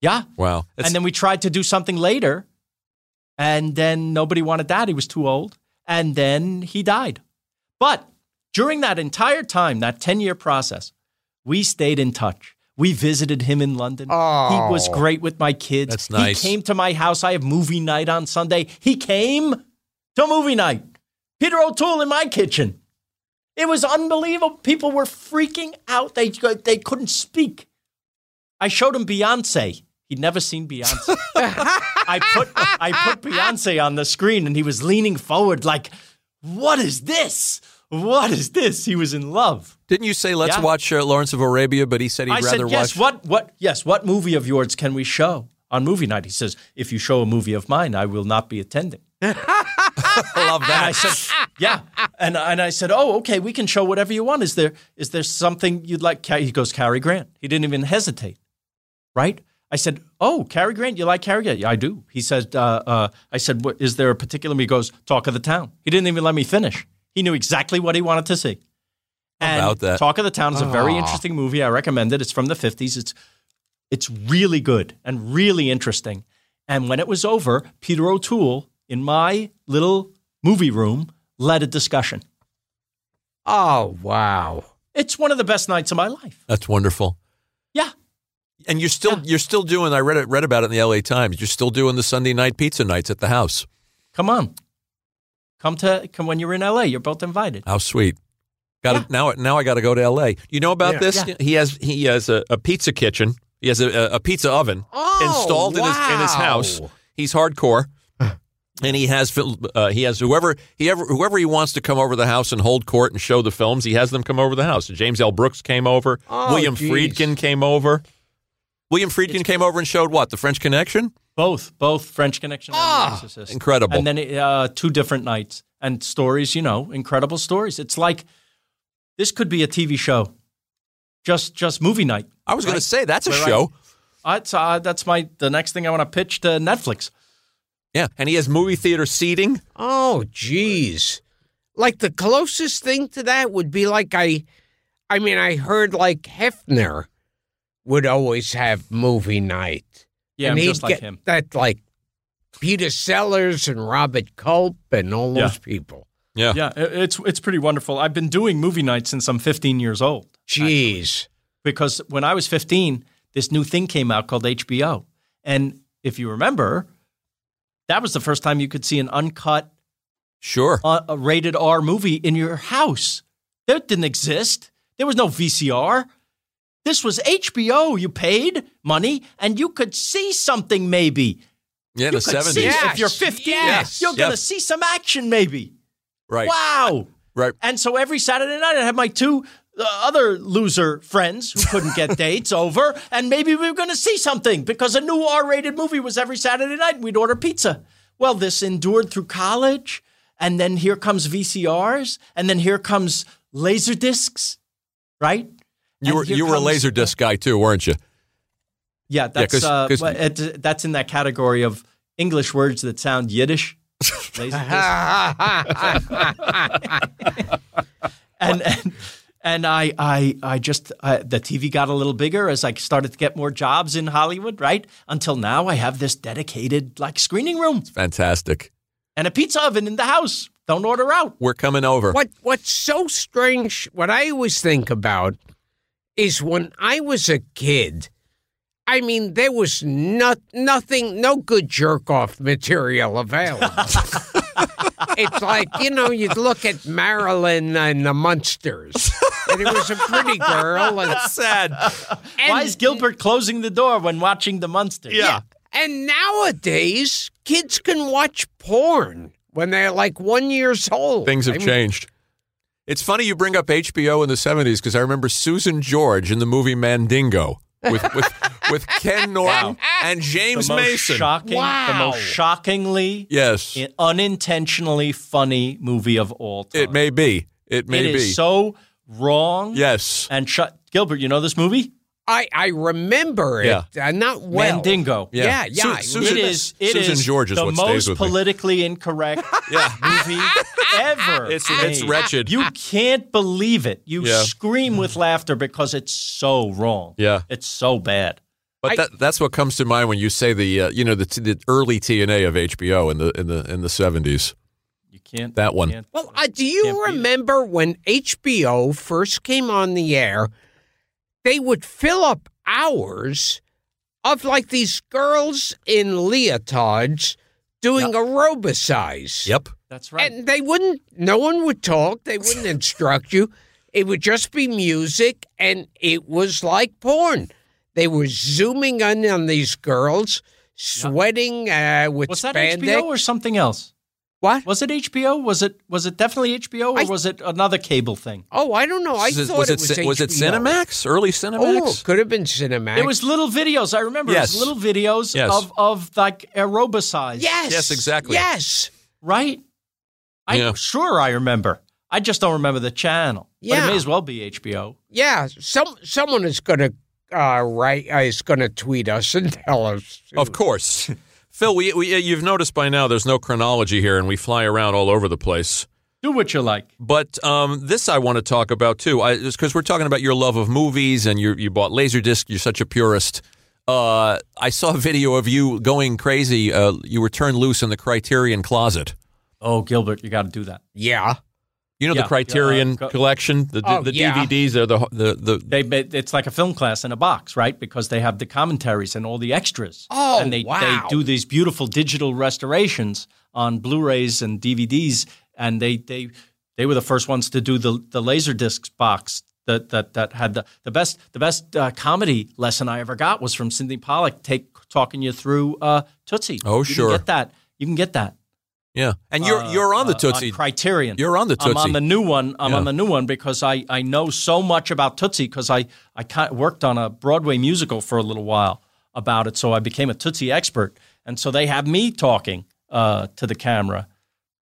Speaker 5: Yeah.
Speaker 3: Wow.
Speaker 5: Oh. and then we tried to do something later. And then nobody wanted that. He was too old. And then he died. But during that entire time, that 10 year process, we stayed in touch. We visited him in London. He was great with my kids.
Speaker 3: That's nice.
Speaker 5: He came to my house. I have movie night on Sunday. He came to movie night. Peter O'Toole in my kitchen. It was unbelievable. People were freaking out. They, they couldn't speak. I showed him Beyonce. He'd never seen Beyonce. I put I put Beyonce on the screen and he was leaning forward like, what is this? What is this? He was in love.
Speaker 3: Didn't you say let's
Speaker 5: Yeah.
Speaker 3: watch uh, Lawrence of Arabia? But he said he'd
Speaker 5: I
Speaker 3: rather
Speaker 5: said, yes,
Speaker 3: watch.
Speaker 5: what what yes, what movie of yours can we show on movie night? He says, if you show a movie of mine, I will not be attending.
Speaker 3: I love that.
Speaker 5: I said, yeah. And, and I said, oh, okay, we can show whatever you want. Is there is there something you'd like? Ca- He goes, Cary Grant. He didn't even hesitate, right? I said, oh, Cary Grant, you like Cary Grant? Yeah, I do. He said, uh, uh, I said, what, is there a particular? He goes, Talk of the Town. He didn't even let me finish. He knew exactly what he wanted to see. And
Speaker 3: about that? Ah.
Speaker 5: Talk of the Town is a very interesting movie. I recommend it. It's from the 50s. It's it's really good and really interesting. And when it was over, Peter O'Toole in my little movie room led a discussion.
Speaker 4: Oh, wow.
Speaker 5: It's one of the best nights of my life.
Speaker 3: That's wonderful.
Speaker 5: Yeah.
Speaker 3: And you're still you're still doing. I read it, read about it in the L.A. Times. You're still doing the Sunday night pizza nights at the house.
Speaker 5: Come on. Come to come when you're in LA. You're both invited.
Speaker 3: How sweet. Got to, now. Now I got to go to L.A. You know about this?
Speaker 5: Yeah.
Speaker 3: He has he has a, a pizza kitchen. He has a, a pizza oven
Speaker 4: Oh,
Speaker 3: installed in his in his house.
Speaker 4: wow.
Speaker 3: He's hardcore, and he has fil- uh, he has whoever he ever whoever he wants to come over to the house and hold court and show the films. He has them come over to the house. James L. Brooks came over.
Speaker 4: Oh,
Speaker 3: William
Speaker 4: geez.
Speaker 3: Friedkin came over. William Friedkin came over and showed what the French Connection.
Speaker 5: Both, both French Connection and
Speaker 4: Ah,
Speaker 5: The Exorcist.
Speaker 3: incredible.
Speaker 5: And then uh, two different nights and stories, you know, incredible stories. It's like this could be a TV show, just just movie night.
Speaker 3: I was going to say that's a
Speaker 5: Right.
Speaker 3: show.
Speaker 5: I, so I- that's my the next thing I want to pitch to Netflix.
Speaker 3: Yeah, and he has movie theater seating.
Speaker 4: Oh, geez. Like the closest thing to that would be like I, I mean, I heard like Hefner would always have movie night.
Speaker 5: Yeah,
Speaker 4: and
Speaker 5: I'm
Speaker 4: he'd
Speaker 5: just like
Speaker 4: get
Speaker 5: him.
Speaker 4: That like Peter Sellers and Robert Culp and all
Speaker 5: Yeah.
Speaker 4: those people.
Speaker 5: Yeah, it- it's it's pretty wonderful. I've been doing movie nights since I'm 15 years old.
Speaker 4: Jeez.
Speaker 5: because when I was 15, this new thing came out called HBO. And if you remember, that was the first time you could see an uncut
Speaker 3: Sure.
Speaker 5: uh, a rated R movie in your house. That didn't exist. There was no VCR. This was HBO. You paid money and you could see something maybe.
Speaker 3: Yeah, in
Speaker 5: you
Speaker 3: the
Speaker 5: could see
Speaker 3: seventies.
Speaker 4: Yeah.
Speaker 5: if you're 15,
Speaker 4: Yes.
Speaker 5: you're going to
Speaker 3: Yep.
Speaker 5: see some action maybe.
Speaker 3: Right.
Speaker 5: Wow.
Speaker 3: Right.
Speaker 5: And so every Saturday night, I had my two uh, other loser friends who couldn't get dates over, and maybe we were going to see something because a new R rated movie was every Saturday night. and We'd order pizza. Well, this endured through college, and then here comes VCRs, and then here comes laser discs, right?
Speaker 3: You
Speaker 5: And
Speaker 3: were
Speaker 5: here
Speaker 3: you were a
Speaker 5: comes-
Speaker 3: laser disc guy too, weren't you?
Speaker 5: Yeah, that's
Speaker 3: 'cause-
Speaker 5: uh,
Speaker 3: 'cause-
Speaker 5: well, it, that's in that category of English words that sound Yiddish. Laser disc. and and and I I I just uh, the TV got a little bigger as I started to get more jobs in Hollywood, right? Until now, I have this dedicated like screening room
Speaker 3: Fantastic.
Speaker 5: and a pizza oven in the house. Don't order out.
Speaker 3: We're coming over.
Speaker 4: What what's so strange what I always think about is when I was a kid, I mean there was not nothing no good jerk off material available. it's like, you know, you'd look at Marilyn and the Munsters. And it was a pretty girl and,
Speaker 3: Sad.
Speaker 5: Why is Gilbert closing the door when watching the monster?
Speaker 3: Yeah.
Speaker 4: and nowadays kids can watch porn when they're like one years old.
Speaker 3: Things have
Speaker 4: I mean,
Speaker 3: changed. It's funny you bring up HBO in the seventies because I remember Susan George in the movie Mandingo with with, with Ken Norton and
Speaker 5: The
Speaker 3: James
Speaker 5: most
Speaker 3: Mason.
Speaker 5: shocking, the
Speaker 4: Wow.
Speaker 5: most shockingly,
Speaker 3: Yes,
Speaker 5: i- unintentionally funny movie of all time.
Speaker 3: it may be. It may
Speaker 5: It
Speaker 3: be.
Speaker 5: is so wrong.
Speaker 3: yes.
Speaker 5: And sh- Gilbert, you know this movie?
Speaker 4: I, I remember it.
Speaker 3: Yeah.
Speaker 4: Uh, not well.
Speaker 5: Mandingo.
Speaker 3: Yeah.
Speaker 4: Yeah, yeah.
Speaker 3: Su- Susan,
Speaker 5: it is. It
Speaker 3: Susan
Speaker 5: is
Speaker 3: George is
Speaker 5: the
Speaker 3: what
Speaker 5: most
Speaker 3: stays with me.
Speaker 5: politically incorrect
Speaker 3: Yeah.
Speaker 5: movie ever.
Speaker 3: It's- it's
Speaker 5: made.
Speaker 3: wretched.
Speaker 5: You can't believe it. You
Speaker 3: Yeah.
Speaker 5: scream with laughter because it's so wrong.
Speaker 3: Yeah.
Speaker 5: it's so bad.
Speaker 3: But that, that's what comes to mind when you say the uh, you know the, t- the early TNA of HBO in the in the in the seventies.
Speaker 5: You can't.
Speaker 3: That one.
Speaker 5: can't-
Speaker 4: Well, uh, do
Speaker 5: Can't
Speaker 4: you
Speaker 5: beat it.
Speaker 4: remember when HBO first came on the air? They would fill up hours of like these girls in leotards doing aerobicize.
Speaker 3: Yep.
Speaker 5: that's right.
Speaker 4: And they wouldn't, no one would talk. They wouldn't instruct you. It would just be music, and it was like porn. They were zooming in on these girls, sweating uh, with
Speaker 5: was that
Speaker 4: spandex.
Speaker 5: HBO or something else?
Speaker 4: what?
Speaker 5: Was it HBO? Was it was it definitely HBO or
Speaker 4: I-
Speaker 5: was it another cable thing?
Speaker 4: Oh, I don't know. I
Speaker 3: was,
Speaker 4: thought
Speaker 3: was
Speaker 4: it was
Speaker 3: Cin- was it
Speaker 4: HBO.
Speaker 3: Cinemax? Early Cinemax?
Speaker 4: Oh, could have been Cinemax.
Speaker 5: It was little videos. I remember
Speaker 3: Yes.
Speaker 5: it was little videos
Speaker 3: Yes.
Speaker 5: of of like aerobicize.
Speaker 4: yes,
Speaker 3: Yes, exactly.
Speaker 4: Yes,
Speaker 5: right? I
Speaker 3: Yeah.
Speaker 5: sure I remember. I just don't remember the channel. But
Speaker 4: Yeah.
Speaker 5: it may as well be HBO.
Speaker 4: yeah. Some someone is gonna uh, write uh, is gonna tweet us and tell us.
Speaker 3: Of course. Phil, we, we, you've noticed by now there's no chronology here, and we fly around all over the place.
Speaker 5: Do what you like.
Speaker 3: But um, this I want to talk about too, because we're talking about your love of movies and you you bought Laserdisc. You're such a purist. Uh, I saw a video of you going crazy. Uh, you were turned loose in the Criterion closet.
Speaker 5: Oh, Gilbert, you got to do that.
Speaker 4: Yeah.
Speaker 3: You know
Speaker 5: Yeah,
Speaker 3: the Criterion
Speaker 5: yeah, uh, co-
Speaker 3: collection, the,
Speaker 4: Oh,
Speaker 3: the
Speaker 4: yeah.
Speaker 3: DVDs are the the the.
Speaker 5: They ba- it's like a film class in a box, right? Because they have the commentaries and all the extras.
Speaker 4: Oh,
Speaker 5: and they,
Speaker 4: wow.
Speaker 5: they do these beautiful digital restorations on Blu-rays and DVDs, and they they they were the first ones to do the the Laserdisc box. That, that, that had the, the best the best uh, comedy lesson I ever got was from Cindy Pollack take talking you through uh, Tootsie.
Speaker 3: Oh,
Speaker 5: You can
Speaker 3: sure.
Speaker 5: get that. You can get that.
Speaker 3: Yeah, and you're
Speaker 5: uh,
Speaker 3: you're on the
Speaker 5: uh,
Speaker 3: Tootsie.
Speaker 5: Criterion.
Speaker 3: You're on the
Speaker 5: I'm
Speaker 3: Tootsie.
Speaker 5: on the new one. I'm
Speaker 3: Yeah.
Speaker 5: on the new one because I, I know so much about Tootsie because I I ki- worked on a Broadway musical for a little while about it, so I became a Tootsie expert. And so they have me talking uh, to the camera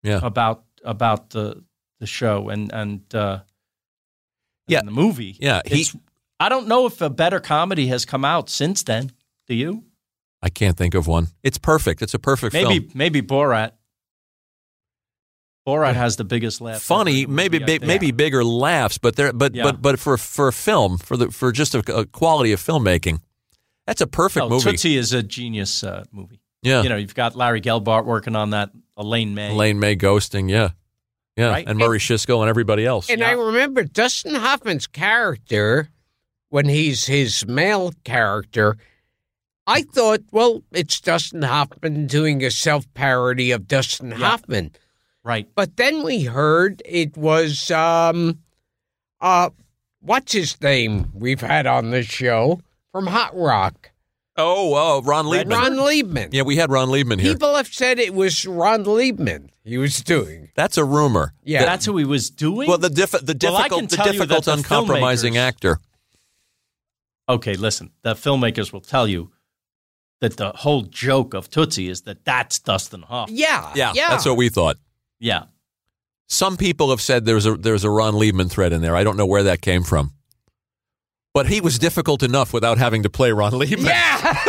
Speaker 3: Yeah.
Speaker 5: about about the the show and and uh,
Speaker 3: Yeah.
Speaker 5: and the movie.
Speaker 3: Yeah, he-
Speaker 5: It's- I don't know if a better comedy has come out since then. Do you?
Speaker 3: I can't think of one. It's perfect. It's a perfect
Speaker 5: Maybe
Speaker 3: film.
Speaker 5: maybe Borat. Borat has the biggest laugh.
Speaker 3: Funny,
Speaker 5: ever in a
Speaker 3: maybe
Speaker 5: movie, I
Speaker 3: big,
Speaker 5: think.
Speaker 3: maybe bigger laughs, but there, but
Speaker 5: Yeah.
Speaker 3: but but for for a film, for the for just a, a quality of filmmaking, that's a perfect
Speaker 5: Oh,
Speaker 3: movie.
Speaker 5: Tootsie is a genius uh, movie.
Speaker 3: yeah,
Speaker 5: You know, you've got Larry Gelbart working on that, Elaine May.
Speaker 3: Lane May ghosting, yeah, yeah,
Speaker 5: Right?
Speaker 3: and Murray Schisko and everybody else.
Speaker 4: And I remember Dustin Hoffman's character, when he's his male character, I thought, well, it's Dustin Hoffman doing a self parody of Dustin Hoffman.
Speaker 5: Right.
Speaker 4: But then we heard it was, um, uh, what's his name we've had on this show from Hot Rock?
Speaker 3: oh, oh, Ron Liebman.
Speaker 4: Ron Liebman.
Speaker 3: yeah, we had Ron Liebman here.
Speaker 4: People have said it was Ron Liebman he was doing.
Speaker 3: that's a rumor.
Speaker 4: Yeah.
Speaker 5: That's who he was doing?
Speaker 3: Well, the diff- the
Speaker 5: Well, I
Speaker 3: difficult,
Speaker 5: can
Speaker 3: the
Speaker 5: tell you
Speaker 3: difficult,
Speaker 5: that the
Speaker 3: uncompromising
Speaker 5: filmmakers-
Speaker 3: actor.
Speaker 5: okay, listen, the filmmakers will tell you that the whole joke of Tootsie is that that's Dustin Hoffman.
Speaker 4: yeah.
Speaker 3: Yeah, that's what we thought.
Speaker 5: Yeah.
Speaker 3: Some people have said there's a there's a Ron Liebman thread in there. I don't know where that came from, but he was difficult enough without having to play Ron Liebman.
Speaker 4: Yeah.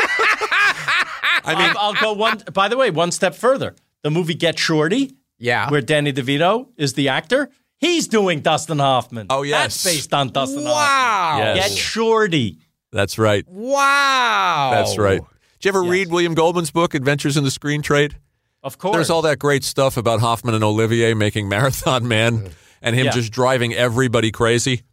Speaker 3: I mean,
Speaker 5: I'll, I'll go one, by the way, one step further. The movie Get Shorty,
Speaker 4: yeah.
Speaker 5: where Danny DeVito is the actor, he's doing Dustin Hoffman.
Speaker 3: Oh, yes.
Speaker 5: That's based on Dustin Hoffman.
Speaker 4: Wow.
Speaker 3: Yes.
Speaker 5: Get Shorty.
Speaker 3: that's right.
Speaker 4: Wow.
Speaker 3: That's right. Did you ever
Speaker 5: Yes.
Speaker 3: read William Goldman's book, Adventures in the Screen Trade?
Speaker 5: Of course.
Speaker 3: There's all that great stuff about Hoffman and Olivier making Marathon Man and him
Speaker 5: Mm. Yeah.
Speaker 3: just driving everybody crazy.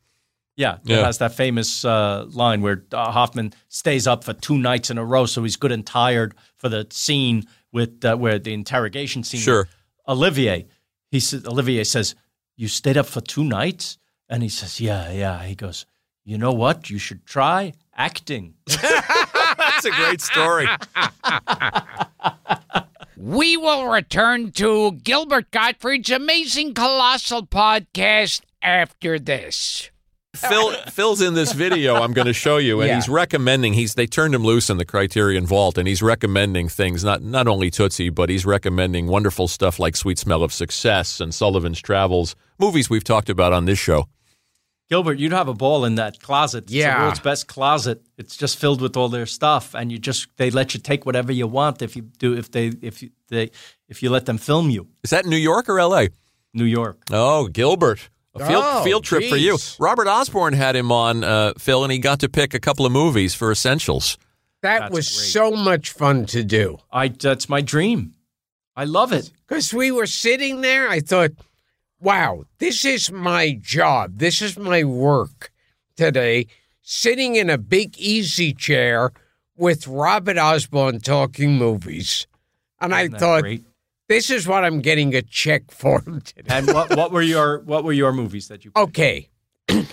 Speaker 5: Yeah, it
Speaker 3: Yeah.
Speaker 5: has that famous uh, line where uh, Hoffman stays up for two nights in a row, so he's good and tired for the scene with uh, where the interrogation scene.
Speaker 3: Sure.
Speaker 5: Olivier, he says. Olivier says, "You stayed up for two nights," and he says, "Yeah, yeah." He goes, "You know what? You should try acting."
Speaker 3: That's a great story.
Speaker 4: We will return to Gilbert Gottfried's amazing colossal podcast after this.
Speaker 3: Phil Phil's in this video I'm going to show you, and
Speaker 4: Yeah.
Speaker 3: he's recommending. He's they turned him loose in the Criterion Vault, and he's recommending things not not only Tootsie, but he's recommending wonderful stuff like Sweet Smell of Success and Sullivan's Travels, movies we've talked about on this show.
Speaker 5: Gilbert, you'd have a ball in that closet. It's
Speaker 4: Yeah.
Speaker 5: the world's best closet. It's just filled with all their stuff, and you just they let you take whatever you want if you do if they if you, they if you let them film you.
Speaker 3: Is that New York or L.A.?
Speaker 5: New York.
Speaker 3: Oh, Gilbert. A field,
Speaker 4: Oh,
Speaker 3: field trip for you.
Speaker 4: geez.
Speaker 3: Robert Osborne had him on, uh, Phil, and he got to pick a couple of movies for Essentials.
Speaker 4: That
Speaker 5: That's
Speaker 4: was
Speaker 5: great.
Speaker 4: so much fun to do
Speaker 5: I that's my dream. I love it.
Speaker 4: because we were sitting there. I thought, wow, this is my job. This is my work today. Sitting in a big easy chair with Robert Osborne talking movies. And I
Speaker 5: Isn't that
Speaker 4: thought,
Speaker 5: great?
Speaker 4: this is what I'm getting a check for today.
Speaker 5: And what, what were your what were your movies that you?
Speaker 4: Okay.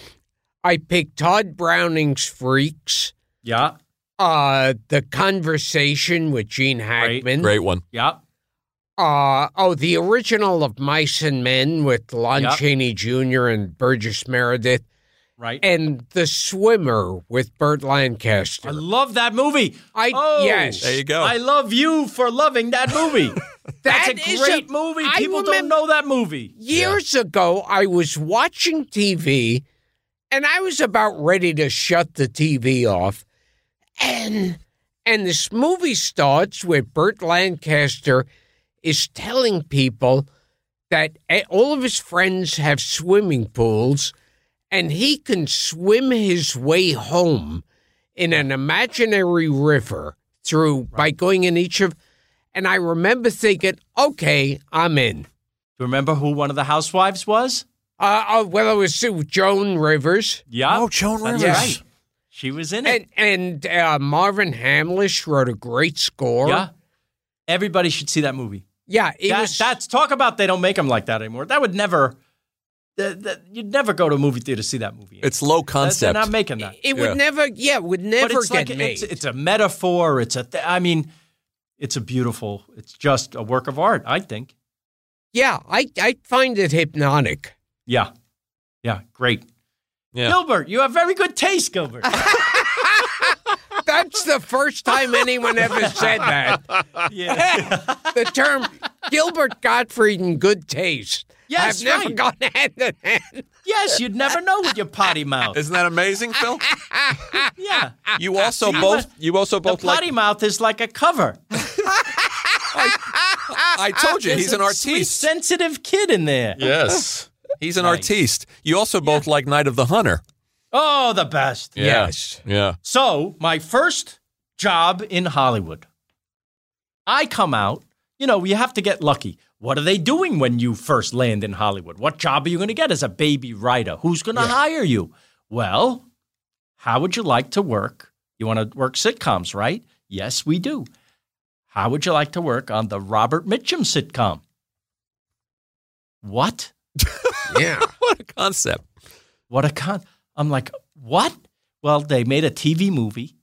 Speaker 4: I picked Todd Browning's Freaks.
Speaker 5: Yeah,
Speaker 4: uh the conversation with Gene Hackman.
Speaker 3: Great one.
Speaker 5: yeah,
Speaker 4: Uh oh, the original of Mice and Men with Lon
Speaker 5: Yep.
Speaker 4: Chaney Jr. and Burgess Meredith,
Speaker 5: right.
Speaker 4: and The Swimmer with Burt Lancaster.
Speaker 5: I love that movie.
Speaker 4: I-
Speaker 5: oh,
Speaker 4: yes. There
Speaker 3: you go.
Speaker 5: I love you for loving that movie. That's
Speaker 4: That
Speaker 5: a
Speaker 4: is
Speaker 5: great
Speaker 4: a-
Speaker 5: movie.
Speaker 4: I
Speaker 5: People don't
Speaker 4: remem-
Speaker 5: know that movie.
Speaker 4: Years ago, I was watching TV, and I was about ready to shut the TV off, and and this movie starts where Burt Lancaster is telling people that a- all of his friends have swimming pools and he can swim his way home in an imaginary river through by going in each of and I remember thinking, okay, I'm in.
Speaker 5: you remember who one of the housewives was?
Speaker 4: Uh, oh, well, it was Sue Joan Rivers,
Speaker 5: Yeah.
Speaker 8: Oh, Joan
Speaker 5: That's
Speaker 8: Rivers.
Speaker 5: right. She was in it.
Speaker 4: and and uh, Marvin Hamlish wrote a great score.
Speaker 5: yeah. Everybody should see that movie.
Speaker 4: yeah, it
Speaker 5: That,
Speaker 4: was
Speaker 5: That's talk about they don't make them like that anymore. That would never. that- that- you'd never go to a movie theater to see that movie.
Speaker 3: It's low
Speaker 5: That- They're
Speaker 3: concept.
Speaker 5: not making that.
Speaker 4: It
Speaker 3: Yeah.
Speaker 4: would never, yeah, it would never
Speaker 5: but it's
Speaker 4: get
Speaker 5: like
Speaker 4: made.
Speaker 5: It's, it's a metaphor. It's a. Th- I mean, it's a beautiful. It's just a work of art. I think.
Speaker 4: yeah, I, I find it hypnotic.
Speaker 5: Yeah, yeah, great.
Speaker 3: Yeah.
Speaker 5: Gilbert, you have very good taste, Gilbert.
Speaker 4: That's the first time anyone ever said that.
Speaker 5: yeah.
Speaker 4: The term Gilbert Gottfried and good taste. I've
Speaker 5: Yes,
Speaker 4: never
Speaker 5: right.
Speaker 4: gone hand in hand.
Speaker 5: yes, you'd never know with your potty mouth.
Speaker 3: Isn't that amazing, Phil?
Speaker 5: Yeah,
Speaker 3: You also both you also
Speaker 5: the
Speaker 3: both
Speaker 5: potty
Speaker 3: like
Speaker 5: mouth is like a cover.
Speaker 3: I told you he's an
Speaker 5: There's a sweet,
Speaker 3: artiste.
Speaker 5: sensitive kid in there.
Speaker 3: Yes. He's an
Speaker 5: Nice.
Speaker 3: artiste. You also both like Night of the Hunter.
Speaker 5: Oh, the best.
Speaker 3: Yes. Yeah.
Speaker 5: So, my first job in Hollywood, I come out. You know, you have to get lucky. What are they doing when you first land in Hollywood? What job are you going to get as a baby writer? Who's going to hire you? Well, how would you like to work? You want to work sitcoms, right? Yes, we do. How would you like to work on the Robert Mitchum sitcom? What?
Speaker 4: Yeah.
Speaker 3: What a concept.
Speaker 5: What a con! I'm like, what? Well, they made a TV movie.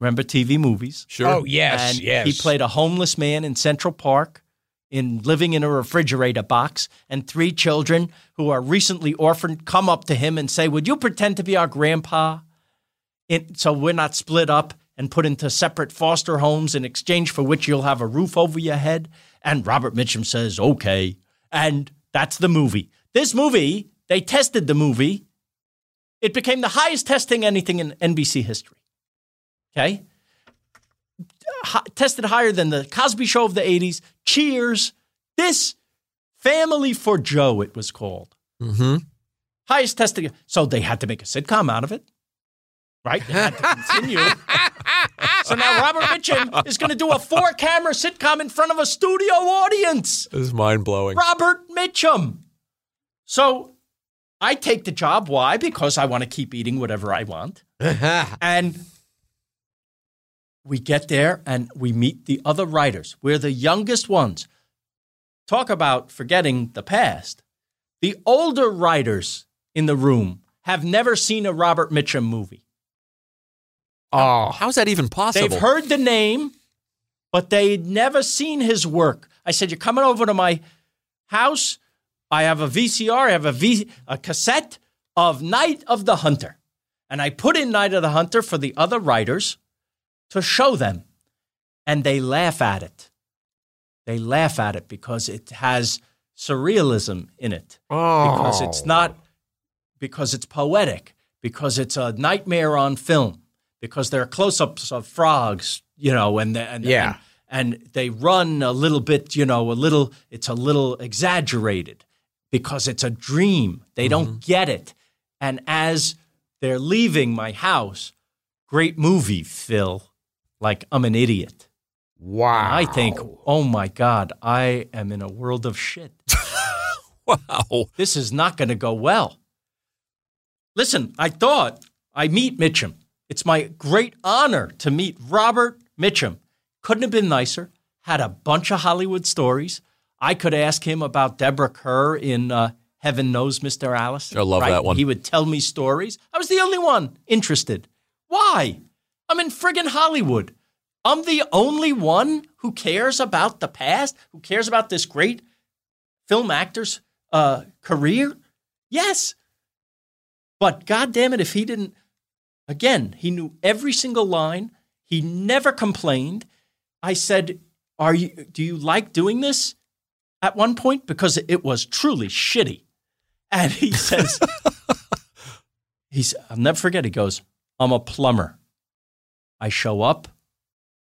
Speaker 5: Remember TV movies?
Speaker 3: Sure.
Speaker 4: Oh, yes,
Speaker 5: and
Speaker 4: yes.
Speaker 5: He played a homeless man in Central Park, in living in a refrigerator box, and three children who are recently orphaned come up to him and say, "Would you pretend to be our grandpa?" It, so we're not split up and put into separate foster homes in exchange for which you'll have a roof over your head. And Robert Mitchum says, "Okay," and that's the movie. This movie, they tested the movie. It became the highest testing anything in NBC history. Okay, hi- tested higher than the Cosby Show of the 80s, Cheers, this Family for Joe, it was called.
Speaker 3: Mhm.
Speaker 5: Highest tested. So they had to make a sitcom out of it, right? They had to continue. so now Robert Mitchum is going to do a four camera sitcom in front of a studio audience.
Speaker 3: This is mind blowing.
Speaker 5: Robert Mitchum. So I take the job. Why? Because I want to keep eating whatever I want. and we get there and we meet the other writers. We're the youngest ones. Talk about forgetting the past. The older writers in the room have never seen a Robert Mitchum movie.
Speaker 4: Oh,
Speaker 3: How's that even possible?
Speaker 5: They've heard the name, but they'd never seen his work. I said, You're coming over to my house. I have a VCR, I have a, v- a cassette of Night of the Hunter. And I put in Night of the Hunter for the other writers to show them. And they laugh at it. They laugh at it because it has surrealism in it because it's not because it's poetic because it's a nightmare on film because there are close-ups of frogs you know and the, and
Speaker 4: Yeah.
Speaker 5: and, and they run a little bit you know a little it's a little exaggerated because it's a dream they
Speaker 4: Mm-hmm.
Speaker 5: don't get it and as they're leaving my house great movie phil like i'm an idiot
Speaker 4: wow.
Speaker 5: i think oh my god i am in a world of shit
Speaker 3: wow.
Speaker 5: this is not going to go well. Listen, I thought I meet Mitchum. It's my great honor to meet Robert Mitchum. Couldn't have been nicer. Had a bunch of Hollywood stories. I could ask him about Deborah Kerr in uh, Heaven Knows Mr. Allison.
Speaker 3: I love
Speaker 5: right?
Speaker 3: that one.
Speaker 5: He would tell me stories. I was the only one interested. Why? I'm in friggin' Hollywood. I'm the only one who cares about the past, who cares about this great film actor's uh, career? Yes. But God damn it, if he didn't, again, he knew every single line. He never complained. I said, "Are you? Do you like doing this?" At one point, because it was truly shitty, and he says, "He's." I'll never forget. He goes, "I'm a plumber. I show up,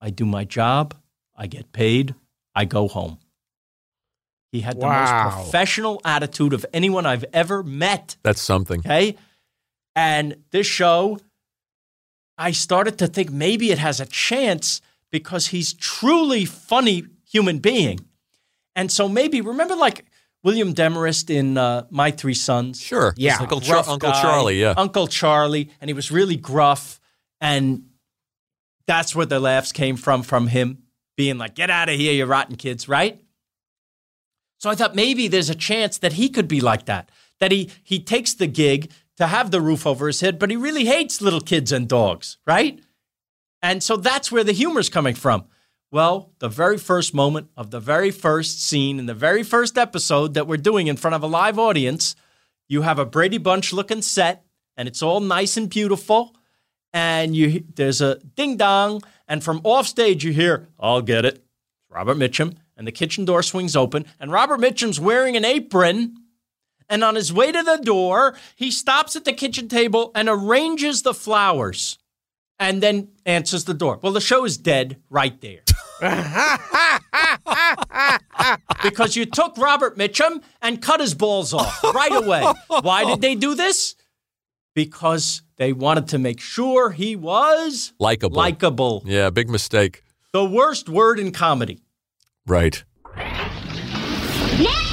Speaker 5: I do my job, I get paid, I go home." He had the
Speaker 4: Wow.
Speaker 5: most professional attitude of anyone I've ever met.
Speaker 3: That's something.
Speaker 5: Okay. And this show, I started to think maybe it has a chance because he's truly funny human being. And so maybe remember like William Demarest in uh, My Three Sons.
Speaker 3: Sure.
Speaker 4: Yeah.
Speaker 3: Uncle, Char-
Speaker 5: Gruff
Speaker 3: Uncle
Speaker 5: guy, Oh.
Speaker 3: Charlie. Yeah.
Speaker 5: Uncle Charlie, and he was really gruff, and that's where the laughs came from from him being like, "Get out of here, you rotten kids!" Right? So I thought maybe there's a chance that he could be like that. That he he takes the gig to have the roof over his head, but he really hates little kids and dogs, right? And so that's where the humor's coming from. Well, the very first moment of the very first scene in the very first episode that we're doing in front of a live audience, you have a Brady Bunch looking set, and it's all nice and beautiful. And you there's a ding dong, and from off stage you hear, "I'll get it." It's Robert Mitchum, and the kitchen door swings open, and Robert Mitchum's wearing an apron. And on his way to the door, he stops at the kitchen table and arranges the flowers, and then answers the door. Well, the show is dead right there because you took Robert Mitchum and cut his balls off right away. Why did they do this? Because they wanted to make sure he was
Speaker 3: Likeable.
Speaker 5: likable.
Speaker 3: yeah. Big mistake.
Speaker 5: The worst word in comedy.
Speaker 3: Right.
Speaker 9: Next!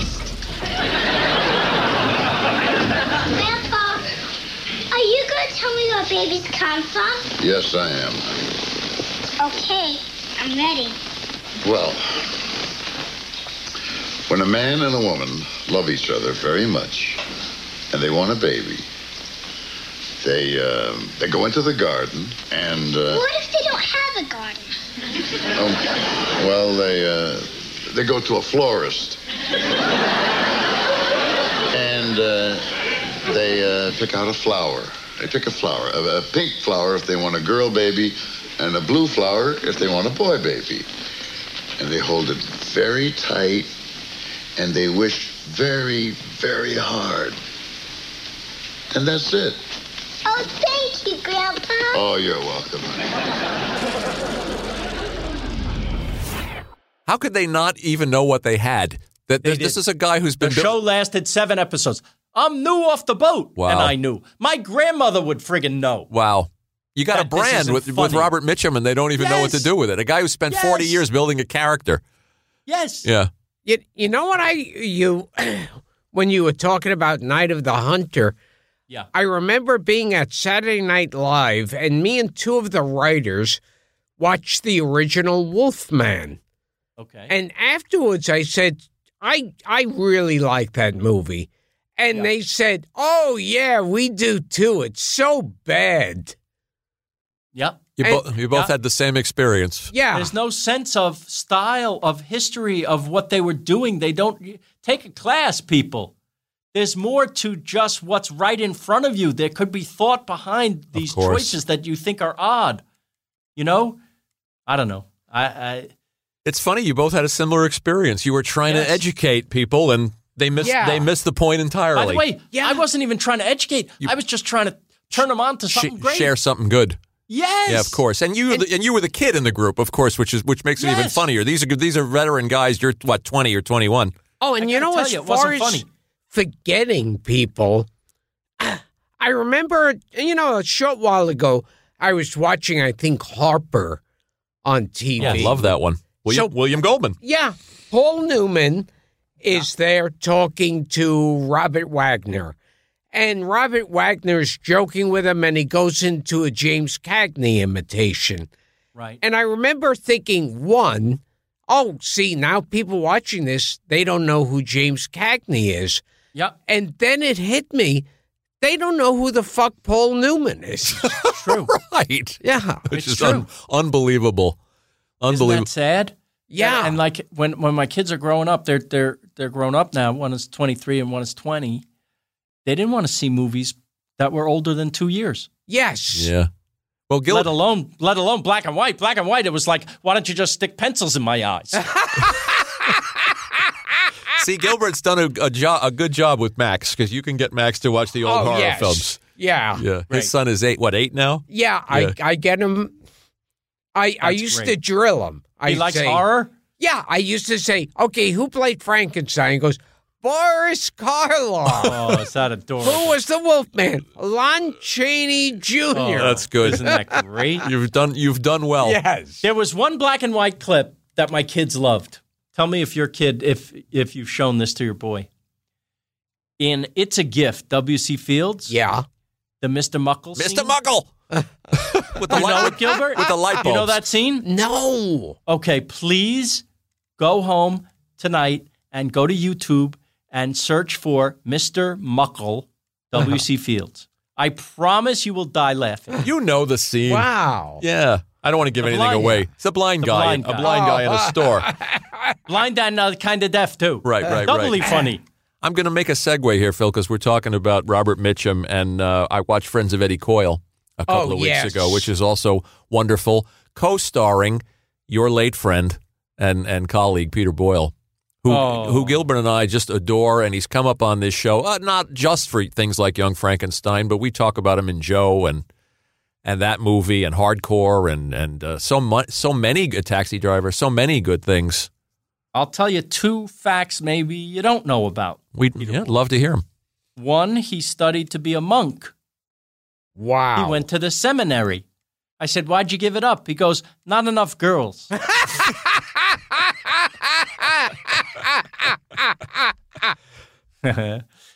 Speaker 9: Grandpa, are you going to tell me where babies come from?
Speaker 10: Yes, I am.
Speaker 9: Okay, I'm ready.
Speaker 10: Well, when a man and a woman love each other very much and they want a baby, they um they go into the garden and uh,
Speaker 9: What if they don't have a garden?
Speaker 10: oh, well they uh, they go to a florist and uh, they uh, pick out a flower. They pick a flower, a, a pink flower if they want a girl baby, and a blue flower if they want a boy baby. And they hold it very tight, and they wish very, very hard. And that's it.
Speaker 9: Oh, thank you, Grandpa.
Speaker 10: Oh, you're welcome, honey.
Speaker 3: How could they not even know what they had? That this, this
Speaker 5: did.
Speaker 3: is a guy who's
Speaker 5: The
Speaker 3: been
Speaker 5: show
Speaker 3: built-
Speaker 5: lasted seven episodes. I'm new off the boat,
Speaker 3: Wow.
Speaker 5: and I knew. My grandmother would friggin' know.
Speaker 3: Wow. You got a
Speaker 5: That this
Speaker 3: brand
Speaker 5: isn't
Speaker 3: with, with
Speaker 5: funny.
Speaker 3: Robert Mitchum, and they don't even know what to
Speaker 5: Yes.
Speaker 3: do with it. A guy who spent 40
Speaker 5: Yes.
Speaker 3: years building a character.
Speaker 5: Yes.
Speaker 3: Yeah.
Speaker 4: You, you know what I you when you were talking about Night of the Hunter,
Speaker 5: Yeah.
Speaker 4: I remember being at Saturday Night Live and me and two of the writers watched the original Wolfman.
Speaker 5: Okay.
Speaker 4: And afterwards I said, I I really like that movie. And they said, Oh yeah, we do too. It's so bad.
Speaker 5: yep.
Speaker 3: You,
Speaker 4: And-
Speaker 3: bo- you both had the same experience.
Speaker 4: Yeah.
Speaker 5: There's no sense of style, of history, of what they were doing. They don't take a class, people. There's more to just what's right in front of you. There could be thought behind these
Speaker 3: course.
Speaker 5: choices that you think are odd. You know, I don't know. I, I
Speaker 3: It's funny you both had a similar experience. You were trying
Speaker 5: Yes.
Speaker 3: to educate people, and they missed
Speaker 4: Yeah.
Speaker 3: they missed the point entirely.
Speaker 5: by the way, I wasn't even trying to educate. I was just trying to turn them on to
Speaker 3: Sh-
Speaker 5: something great.
Speaker 3: share something good.
Speaker 5: Yes,
Speaker 3: Yeah, of course. And you and, and you were the kid in the group, of course, which is which makes it even
Speaker 5: Yes.
Speaker 3: funnier. These are these are veteran guys. You're what twenty or twenty one.
Speaker 4: Oh, and
Speaker 5: I
Speaker 4: you
Speaker 5: gotta
Speaker 4: know,
Speaker 5: tell
Speaker 4: as
Speaker 5: you, it wasn't
Speaker 4: far as
Speaker 5: funny.
Speaker 4: forgetting people, I remember, you know, a short while ago, I was watching, I think, Harper on TV.
Speaker 3: I love that one. William,
Speaker 4: So-
Speaker 3: William Goldman.
Speaker 4: Yeah. Paul Newman is there talking to Robert Wagner. And Robert Wagner is joking with him, and he goes into a James Cagney imitation.
Speaker 5: right.
Speaker 4: And I remember thinking, one, oh, see, now people watching this, they don't know who James Cagney is.
Speaker 5: Yeah,
Speaker 4: And then it hit me. They don't know who the fuck Paul Newman is.
Speaker 5: true.
Speaker 3: Right.
Speaker 4: yeah.
Speaker 3: Which
Speaker 5: It's
Speaker 3: is un- unbelievable.
Speaker 5: Isn't
Speaker 3: Unbelievable.
Speaker 5: that sad?
Speaker 4: Yeah.
Speaker 5: And, and like when when my kids are growing up, they're they're they're grown up now. One is twenty three and one is twenty. They didn't want to see movies that were older than two years.
Speaker 4: Yes.
Speaker 3: Yeah. Well, Gil-
Speaker 5: let alone let alone black and white. Black and white. It was like, why don't you just stick pencils in my eyes?
Speaker 3: see, Gilbert's done a, a, jo- a good job with Max because you can get Max to watch the old
Speaker 4: Oh,
Speaker 3: horror
Speaker 4: yes.
Speaker 3: films.
Speaker 4: Yeah.
Speaker 3: Yeah.
Speaker 5: Right.
Speaker 3: His son is eight, what, eight now?
Speaker 4: Yeah,
Speaker 3: Yeah.
Speaker 4: I I get him. I I
Speaker 5: That's
Speaker 4: used
Speaker 5: great.
Speaker 4: to drill him. I
Speaker 5: he likes
Speaker 4: say,
Speaker 5: horror.
Speaker 4: Yeah, I used to say, okay, who played Frankenstein? He goes, Boris Karloff.
Speaker 5: Oh, is that adorable?
Speaker 4: Who was the Wolfman? Lon Chaney Jr.
Speaker 5: Oh,
Speaker 3: that's good.
Speaker 5: Isn't that great?
Speaker 3: You've done you've done well.
Speaker 4: Yes.
Speaker 5: There was one black and white clip that my kids loved. Tell me if your kid if if you've shown this to your boy. In It's a Gift, W.C. Fields.
Speaker 4: Yeah.
Speaker 5: The Mr. Muckle.
Speaker 3: Mr.
Speaker 5: scene.
Speaker 3: Muckle. with the
Speaker 5: You know
Speaker 3: light
Speaker 5: it, Gilbert?
Speaker 3: with the light bulbs.
Speaker 5: You know that scene?
Speaker 4: No.
Speaker 5: Okay, please go home tonight and go to YouTube and search for Mr. Muckle, W.C.
Speaker 3: Uh-huh.
Speaker 5: Fields. I promise you will die laughing.
Speaker 3: You know the scene.
Speaker 4: Wow.
Speaker 3: Yeah. I don't want to give
Speaker 5: The
Speaker 3: anything
Speaker 5: blind
Speaker 3: away.
Speaker 5: guy.
Speaker 3: It's a blind
Speaker 5: The
Speaker 3: guy.
Speaker 5: blind
Speaker 3: A
Speaker 5: guy.
Speaker 3: blind guy in a store.
Speaker 5: Blind and uh, kind of deaf, too.
Speaker 3: Right, right,
Speaker 5: Doubly
Speaker 3: right.
Speaker 5: funny.
Speaker 3: I'm going to make a segue here, Phil, because we're talking about Robert Mitchum, and uh, I watched Friends of Eddie Coyle a couple
Speaker 4: Oh,
Speaker 3: of
Speaker 4: yes.
Speaker 3: weeks ago, which is also wonderful, co-starring your late friend and and colleague Peter Boyle, who
Speaker 5: Oh.
Speaker 3: who Gilbert and I just adore, and he's come up on this show uh, not just for things like Young Frankenstein, but we talk about him in Joe and and that movie and Hardcore and and uh, so much so many good Taxi Driver, so many good things.
Speaker 5: I'll tell you two facts maybe you don't know about.
Speaker 3: We'd yeah, love to hear him.
Speaker 5: One, he studied to be a monk.
Speaker 4: Wow.
Speaker 5: He went to the seminary. I said, Why'd you give it up? He goes, Not enough girls.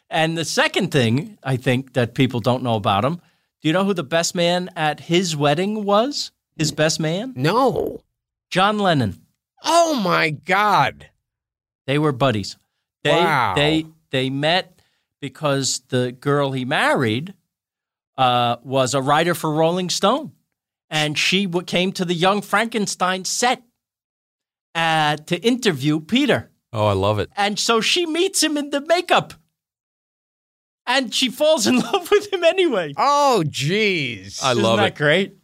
Speaker 5: and the second thing I think that people don't know about him do you know who the best man at his wedding was? His best man?
Speaker 4: no.
Speaker 5: John Lennon.
Speaker 4: Oh my God.
Speaker 5: They were buddies. They,
Speaker 4: Wow.
Speaker 5: They they met because the girl he married uh, was a writer for Rolling Stone, and she w- came to the Young Frankenstein set uh, to interview Peter,
Speaker 3: Oh, I love it.
Speaker 5: and so she meets him in the makeup, and she falls in love with him anyway.
Speaker 4: Oh, jeez.
Speaker 3: I
Speaker 5: Isn't
Speaker 3: love
Speaker 5: that
Speaker 3: it.
Speaker 5: great?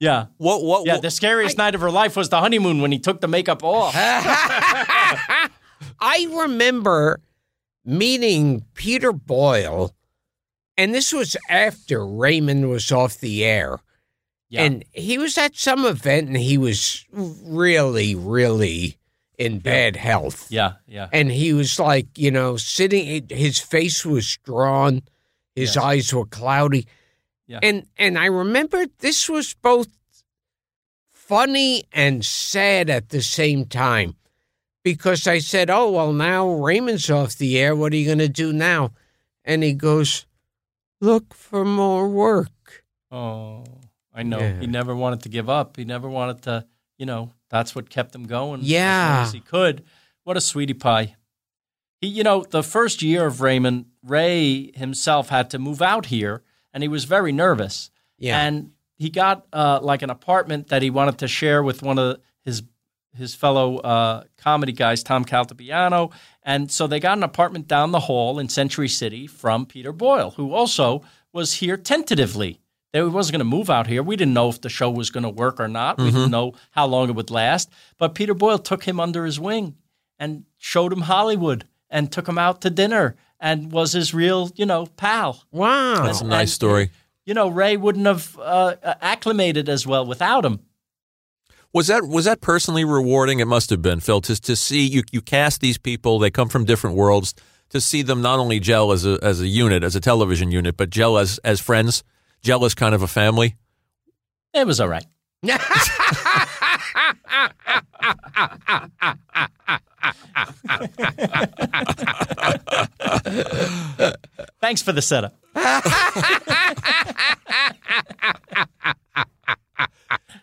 Speaker 5: Yeah.
Speaker 3: What what
Speaker 5: Yeah,
Speaker 3: what-
Speaker 5: the scariest night of her life was the honeymoon when he took the makeup off.
Speaker 4: I remember meeting Peter Boyle, and this was after Raymond was off the air.
Speaker 5: Yeah.
Speaker 4: And he was at some event and he was really, really in bad health.
Speaker 5: yeah, yeah.
Speaker 4: And he was like, you know, sitting, his face was drawn, his
Speaker 5: Yes.
Speaker 4: eyes were cloudy.
Speaker 5: Yeah.
Speaker 4: And, and I remember this was both funny and sad at the same time because I said, oh, well, now Raymond's off the air. What are you going to do now? And he goes, look for more work.
Speaker 5: Oh, I know.
Speaker 4: Yeah.
Speaker 5: He never wanted to give up. He never wanted to, you know, that's what kept him going as
Speaker 4: Yeah.
Speaker 5: long as he could. What a sweetie pie. He, you know, the first year of Raymond, Ray himself had to move out here and he was very nervous.
Speaker 4: Yeah.
Speaker 5: And he got uh, like an apartment that he wanted to share with one of his his fellow uh, comedy guys, Tom Caltabiano. And so they got an apartment down the hall in Century City from Peter Boyle, who also was here tentatively. They wasn't going to move out here. We didn't know if the show was going to work or not. We
Speaker 3: Mm-hmm.
Speaker 5: didn't know how long it would last. But Peter Boyle took him under his wing and showed him Hollywood and took him out to dinner and was his real, you know, pal.
Speaker 4: Wow.
Speaker 3: That's a nice story.
Speaker 5: You know, Ray wouldn't have uh, acclimated as well without him.
Speaker 3: Was that was that personally rewarding? It must have been, Phil, to, to see you you cast these people. They come from different worlds. To see them not only gel as a as a unit, as a television unit, but gel as as friends, gel as kind of a family.
Speaker 5: It was all right. Thanks for the setup.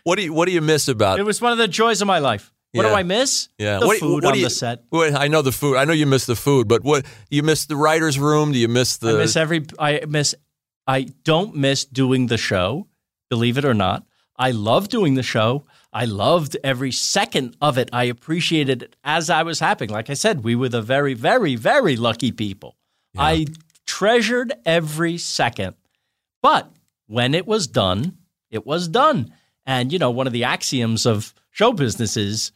Speaker 3: What do you what do you miss about?
Speaker 5: It was one of the joys of my life. What
Speaker 3: Yeah.
Speaker 5: do I miss?
Speaker 3: yeah,
Speaker 5: the
Speaker 3: what, do you-
Speaker 5: food
Speaker 3: what
Speaker 5: on
Speaker 3: do you,
Speaker 5: the set.
Speaker 3: Well, I know the food. I know you miss the food, but what you miss the writers' room? Do you miss the?
Speaker 5: I miss every. I miss. I don't miss doing the show. Believe it or not, I love doing the show. I loved every second of it. I appreciated it as I was happening. Like I said, we were the very, very, very lucky people. I treasured every second. But when it was done, it was done. And you know, one of the axioms of show business is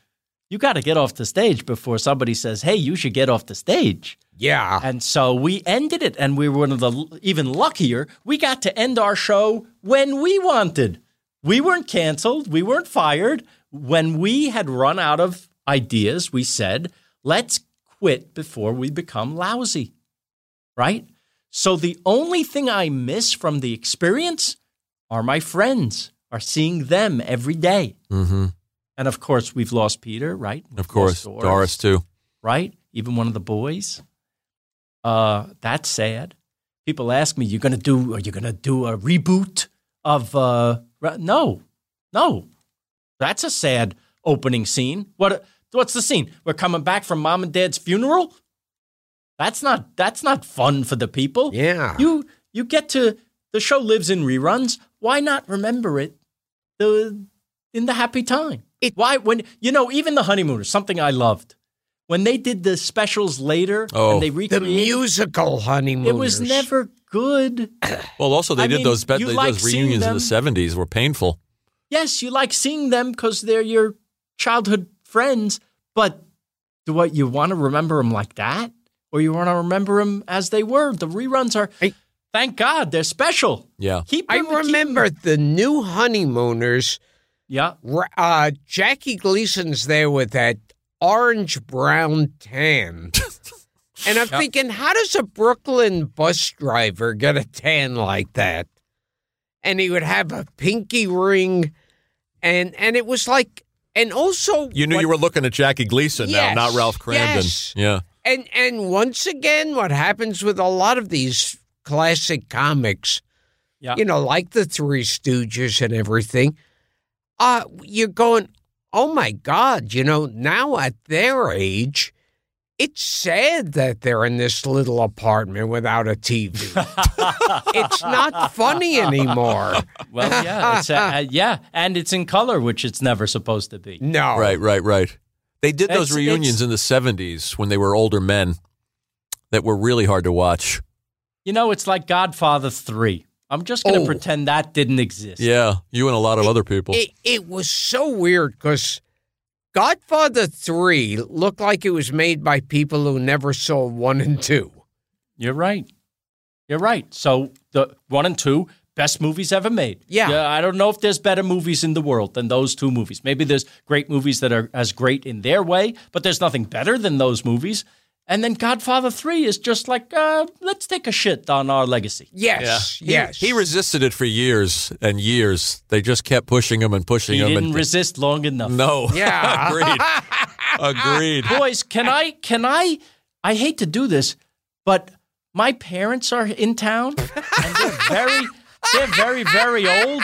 Speaker 5: you got to get off the stage before somebody says, "Hey, you should get off the stage."
Speaker 4: Yeah.
Speaker 5: And so we ended it, and we were one of the even luckier. We got to end our show when we wanted. We weren't canceled. We weren't fired. When we had run out of ideas, we said, let's quit before we become lousy, right? So the only thing I miss from the experience are my friends, are seeing them every day.
Speaker 3: Mm-hmm.
Speaker 5: And of course, we've lost Peter, right? We've
Speaker 3: Of course,
Speaker 5: lost
Speaker 3: Doris. too.
Speaker 5: right? Even one of the boys. Uh, that's sad. People ask me, "You gonna do? Are you gonna do a reboot of?" Uh, Ra-" no, no. That's a sad opening scene. What? What's the scene? We're coming back from mom and dad's funeral. That's not. That's not fun for the people.
Speaker 4: Yeah.
Speaker 5: You you get to the show lives in reruns. Why not remember it the in the happy time? Why when you know even the honeymooners something I loved when they did the specials later
Speaker 3: Oh.
Speaker 5: and they
Speaker 3: The
Speaker 5: recreated
Speaker 3: musical
Speaker 5: It was
Speaker 3: Honeymooners.
Speaker 5: never good.
Speaker 3: Well, also they
Speaker 5: I
Speaker 3: did
Speaker 5: mean,
Speaker 3: those bet
Speaker 5: you
Speaker 3: they,
Speaker 5: like
Speaker 3: those
Speaker 5: seeing
Speaker 3: reunions in
Speaker 5: them.
Speaker 3: the seventies were painful.
Speaker 5: Yes, you like seeing them because they're your childhood friends, but do what you want to remember them like that, or you want to remember them as they were? The reruns are. thank God they're special.
Speaker 3: Yeah.
Speaker 4: I remember the new honeymooners.
Speaker 5: Yeah.
Speaker 4: Uh, Jackie Gleason's there with that orange brown tan. and I'm
Speaker 3: Yeah.
Speaker 4: thinking, how does a Brooklyn bus driver get a tan like that? And he would have a pinky ring and and it was like and also
Speaker 3: You knew you were looking at Jackie Gleason
Speaker 4: Yes,
Speaker 3: now, not Ralph Crandon.
Speaker 4: yes.
Speaker 3: Yeah.
Speaker 4: And and once again, what happens with a lot of these classic comics,
Speaker 5: Yeah.
Speaker 4: you know, like the Three Stooges and everything, uh, you're going, oh my God, you know, now at their age, it's sad that they're in this little apartment without a TV. it's not funny anymore.
Speaker 5: Well, yeah, it's, uh, uh, yeah, and it's in color, which it's never supposed to be.
Speaker 4: No,
Speaker 3: Right, right, right. They did
Speaker 5: It's-
Speaker 3: those
Speaker 5: it's-
Speaker 3: reunions in the seventies when they were older men that were really hard to watch.
Speaker 5: You know, it's like Godfather Three. I'm just going to
Speaker 4: Oh.
Speaker 5: pretend that didn't exist.
Speaker 3: Yeah. You and a lot of other people.
Speaker 4: It, it was so weird because Godfather 3 looked like it was made by people who never saw 1 and 2.
Speaker 5: You're right. You're right. So the one and two best movies ever made.
Speaker 4: Yeah.
Speaker 5: I don't know if there's better movies in the world than those two movies. Maybe there's great movies that are as great in their way, but there's nothing better than those movies. And then Godfather Three is just like, uh, let's take a shit on our legacy.
Speaker 4: Yes,
Speaker 3: He-
Speaker 4: yes.
Speaker 3: He, resisted it for years and years. They just kept pushing him and pushing
Speaker 5: He
Speaker 3: him.
Speaker 5: didn't
Speaker 3: and
Speaker 5: resist long enough.
Speaker 3: No.
Speaker 4: Yeah.
Speaker 3: Agreed. Agreed.
Speaker 5: Boys, can I? Can I? I hate to do this, but my parents are in town, and they're very, they're very, very old.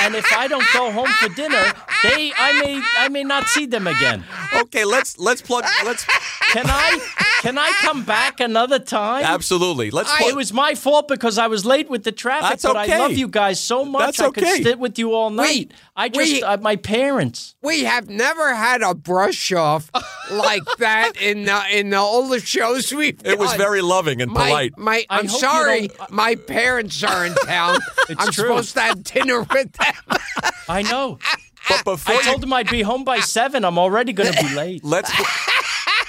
Speaker 5: And if I don't go home for dinner, they, I may, I may not see them again.
Speaker 3: Okay, let's let's plug let's
Speaker 5: Can I? Can I come back another time?
Speaker 3: absolutely. Let's
Speaker 5: I-
Speaker 3: plug
Speaker 5: it was my fault because I was late with the traffic,
Speaker 3: That's
Speaker 5: but I
Speaker 3: okay.
Speaker 5: love you guys so much.
Speaker 3: That's
Speaker 5: I
Speaker 3: okay.
Speaker 5: could sit with you all night.
Speaker 4: Wait,
Speaker 5: I just,
Speaker 4: wait.
Speaker 5: uh, my parents.
Speaker 4: We have never had a brush off like that in the in the all the shows we've done.
Speaker 3: It was very loving and
Speaker 4: my,
Speaker 3: polite.
Speaker 4: My,
Speaker 5: I
Speaker 4: I'm
Speaker 5: hope you
Speaker 4: sorry,
Speaker 5: don't- uh,
Speaker 4: my parents are in town.
Speaker 5: It's
Speaker 4: I'm
Speaker 5: true.
Speaker 4: supposed to have dinner with them.
Speaker 5: I know.
Speaker 3: but before
Speaker 5: I
Speaker 3: you-
Speaker 5: told them I'd be home by seven. I'm already going to be late.
Speaker 3: let's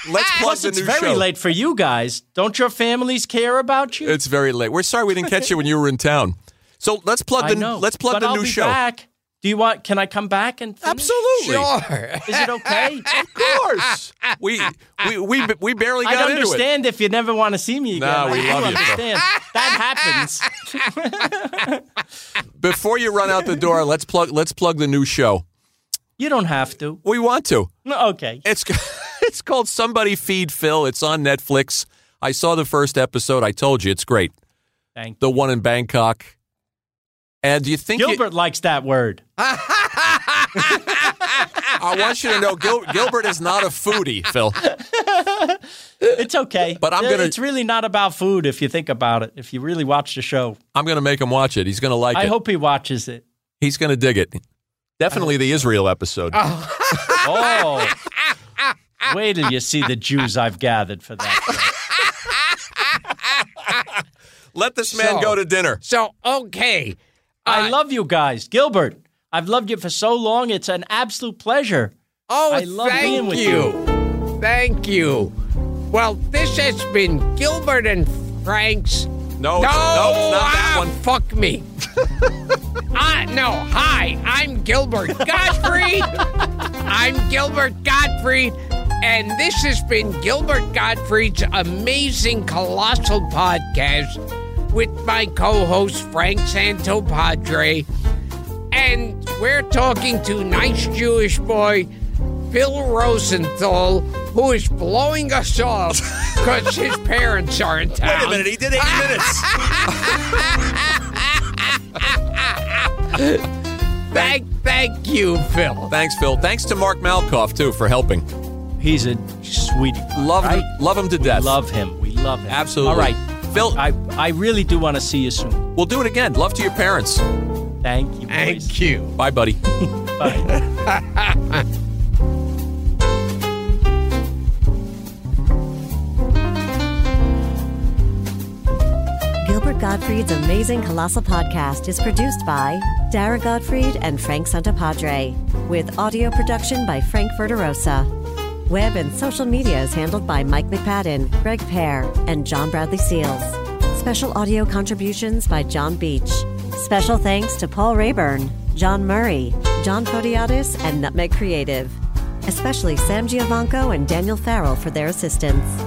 Speaker 3: let's plug
Speaker 5: Plus,
Speaker 3: the
Speaker 5: it's
Speaker 3: new
Speaker 5: very
Speaker 3: show.
Speaker 5: late for you guys. Don't your families care about you?
Speaker 3: It's very late. We're sorry we didn't catch you when you were in town. So let's plug
Speaker 5: I
Speaker 3: the
Speaker 5: know.
Speaker 3: let's plug
Speaker 5: but
Speaker 3: the
Speaker 5: I'll
Speaker 3: new
Speaker 5: be
Speaker 3: show.
Speaker 5: Back. Do you want? Can I come back and? Finish?
Speaker 3: Absolutely.
Speaker 4: sure.
Speaker 5: Is it okay?
Speaker 3: Of course. we, we we we barely got
Speaker 5: I
Speaker 3: into it.
Speaker 5: understand if you never want to see me again.
Speaker 3: No, we
Speaker 5: I do
Speaker 3: love you, Phil.
Speaker 5: understand. that happens.
Speaker 3: Before you run out the door, let's plug let's plug the new show.
Speaker 5: You don't have to.
Speaker 3: We want to.
Speaker 5: No, okay.
Speaker 3: It's it's called Somebody Feed Phil. It's on Netflix. I saw the first episode. I told you it's great.
Speaker 5: Thank
Speaker 3: The one in Bangkok. And do you think you-
Speaker 5: Gilbert likes that word.
Speaker 3: I want you to know Gil, Gilbert is not a foodie, Phil.
Speaker 5: It's okay.
Speaker 3: But I'm gonna-
Speaker 5: It's really not about food if you think about it. If you really watch the show,
Speaker 3: I'm going to make him watch it. He's going to like
Speaker 5: I
Speaker 3: it.
Speaker 5: hope he watches it.
Speaker 3: He's going to dig it. Definitely the Israel episode.
Speaker 5: Oh. Wait till you see the Jews I've gathered for that.
Speaker 3: Let this man
Speaker 4: So-
Speaker 3: go to dinner.
Speaker 4: So okay,
Speaker 5: I love you guys. Gilbert, I've loved you for so long. It's an absolute pleasure.
Speaker 4: Oh,
Speaker 5: I love
Speaker 4: thank
Speaker 5: being with
Speaker 4: you. Thank you. Well, this has been Gilbert and Frank's.
Speaker 3: No,
Speaker 4: no,
Speaker 3: no, not that
Speaker 4: ah,
Speaker 3: one.
Speaker 4: Fuck me. I no, hi, I'm Gilbert Gottfried. I'm Gilbert Gottfried, and this has been Gilbert Gottfried's amazing colossal podcast with my co-host Frank Santopadre. And we're talking to nice Jewish boy Phil Rosenthal, who is blowing us off because his parents are in town.
Speaker 8: Wait a minute, he did 80 minutes.
Speaker 4: thank, thank you, Phil.
Speaker 3: Thanks, Phil. Thanks to Mark Malkoff too for helping.
Speaker 5: He's a sweetie.
Speaker 3: Love him, love him to death.
Speaker 5: Love him. We love him.
Speaker 3: Absolutely.
Speaker 5: All right,
Speaker 3: Phil.
Speaker 5: I I really do want to see you soon.
Speaker 3: We'll do it again. Love to your parents.
Speaker 5: Thank you.
Speaker 4: Thank
Speaker 5: boys.
Speaker 4: you.
Speaker 3: Bye, buddy.
Speaker 5: Bye.
Speaker 11: Gilbert Gottfried's Amazing Colossal Podcast is produced by Dara Gottfried and Frank Santapadre, with audio production by Frank Verderosa. Web and social media is handled by Mike McPadden, Greg Pear, and John Bradley Seals. Special audio contributions by John Beach. Special thanks to Paul Rayburn, John Murray, John Podiatis, and Nutmeg Creative. Especially Sam Giovanco and Daniel Farrell for their assistance.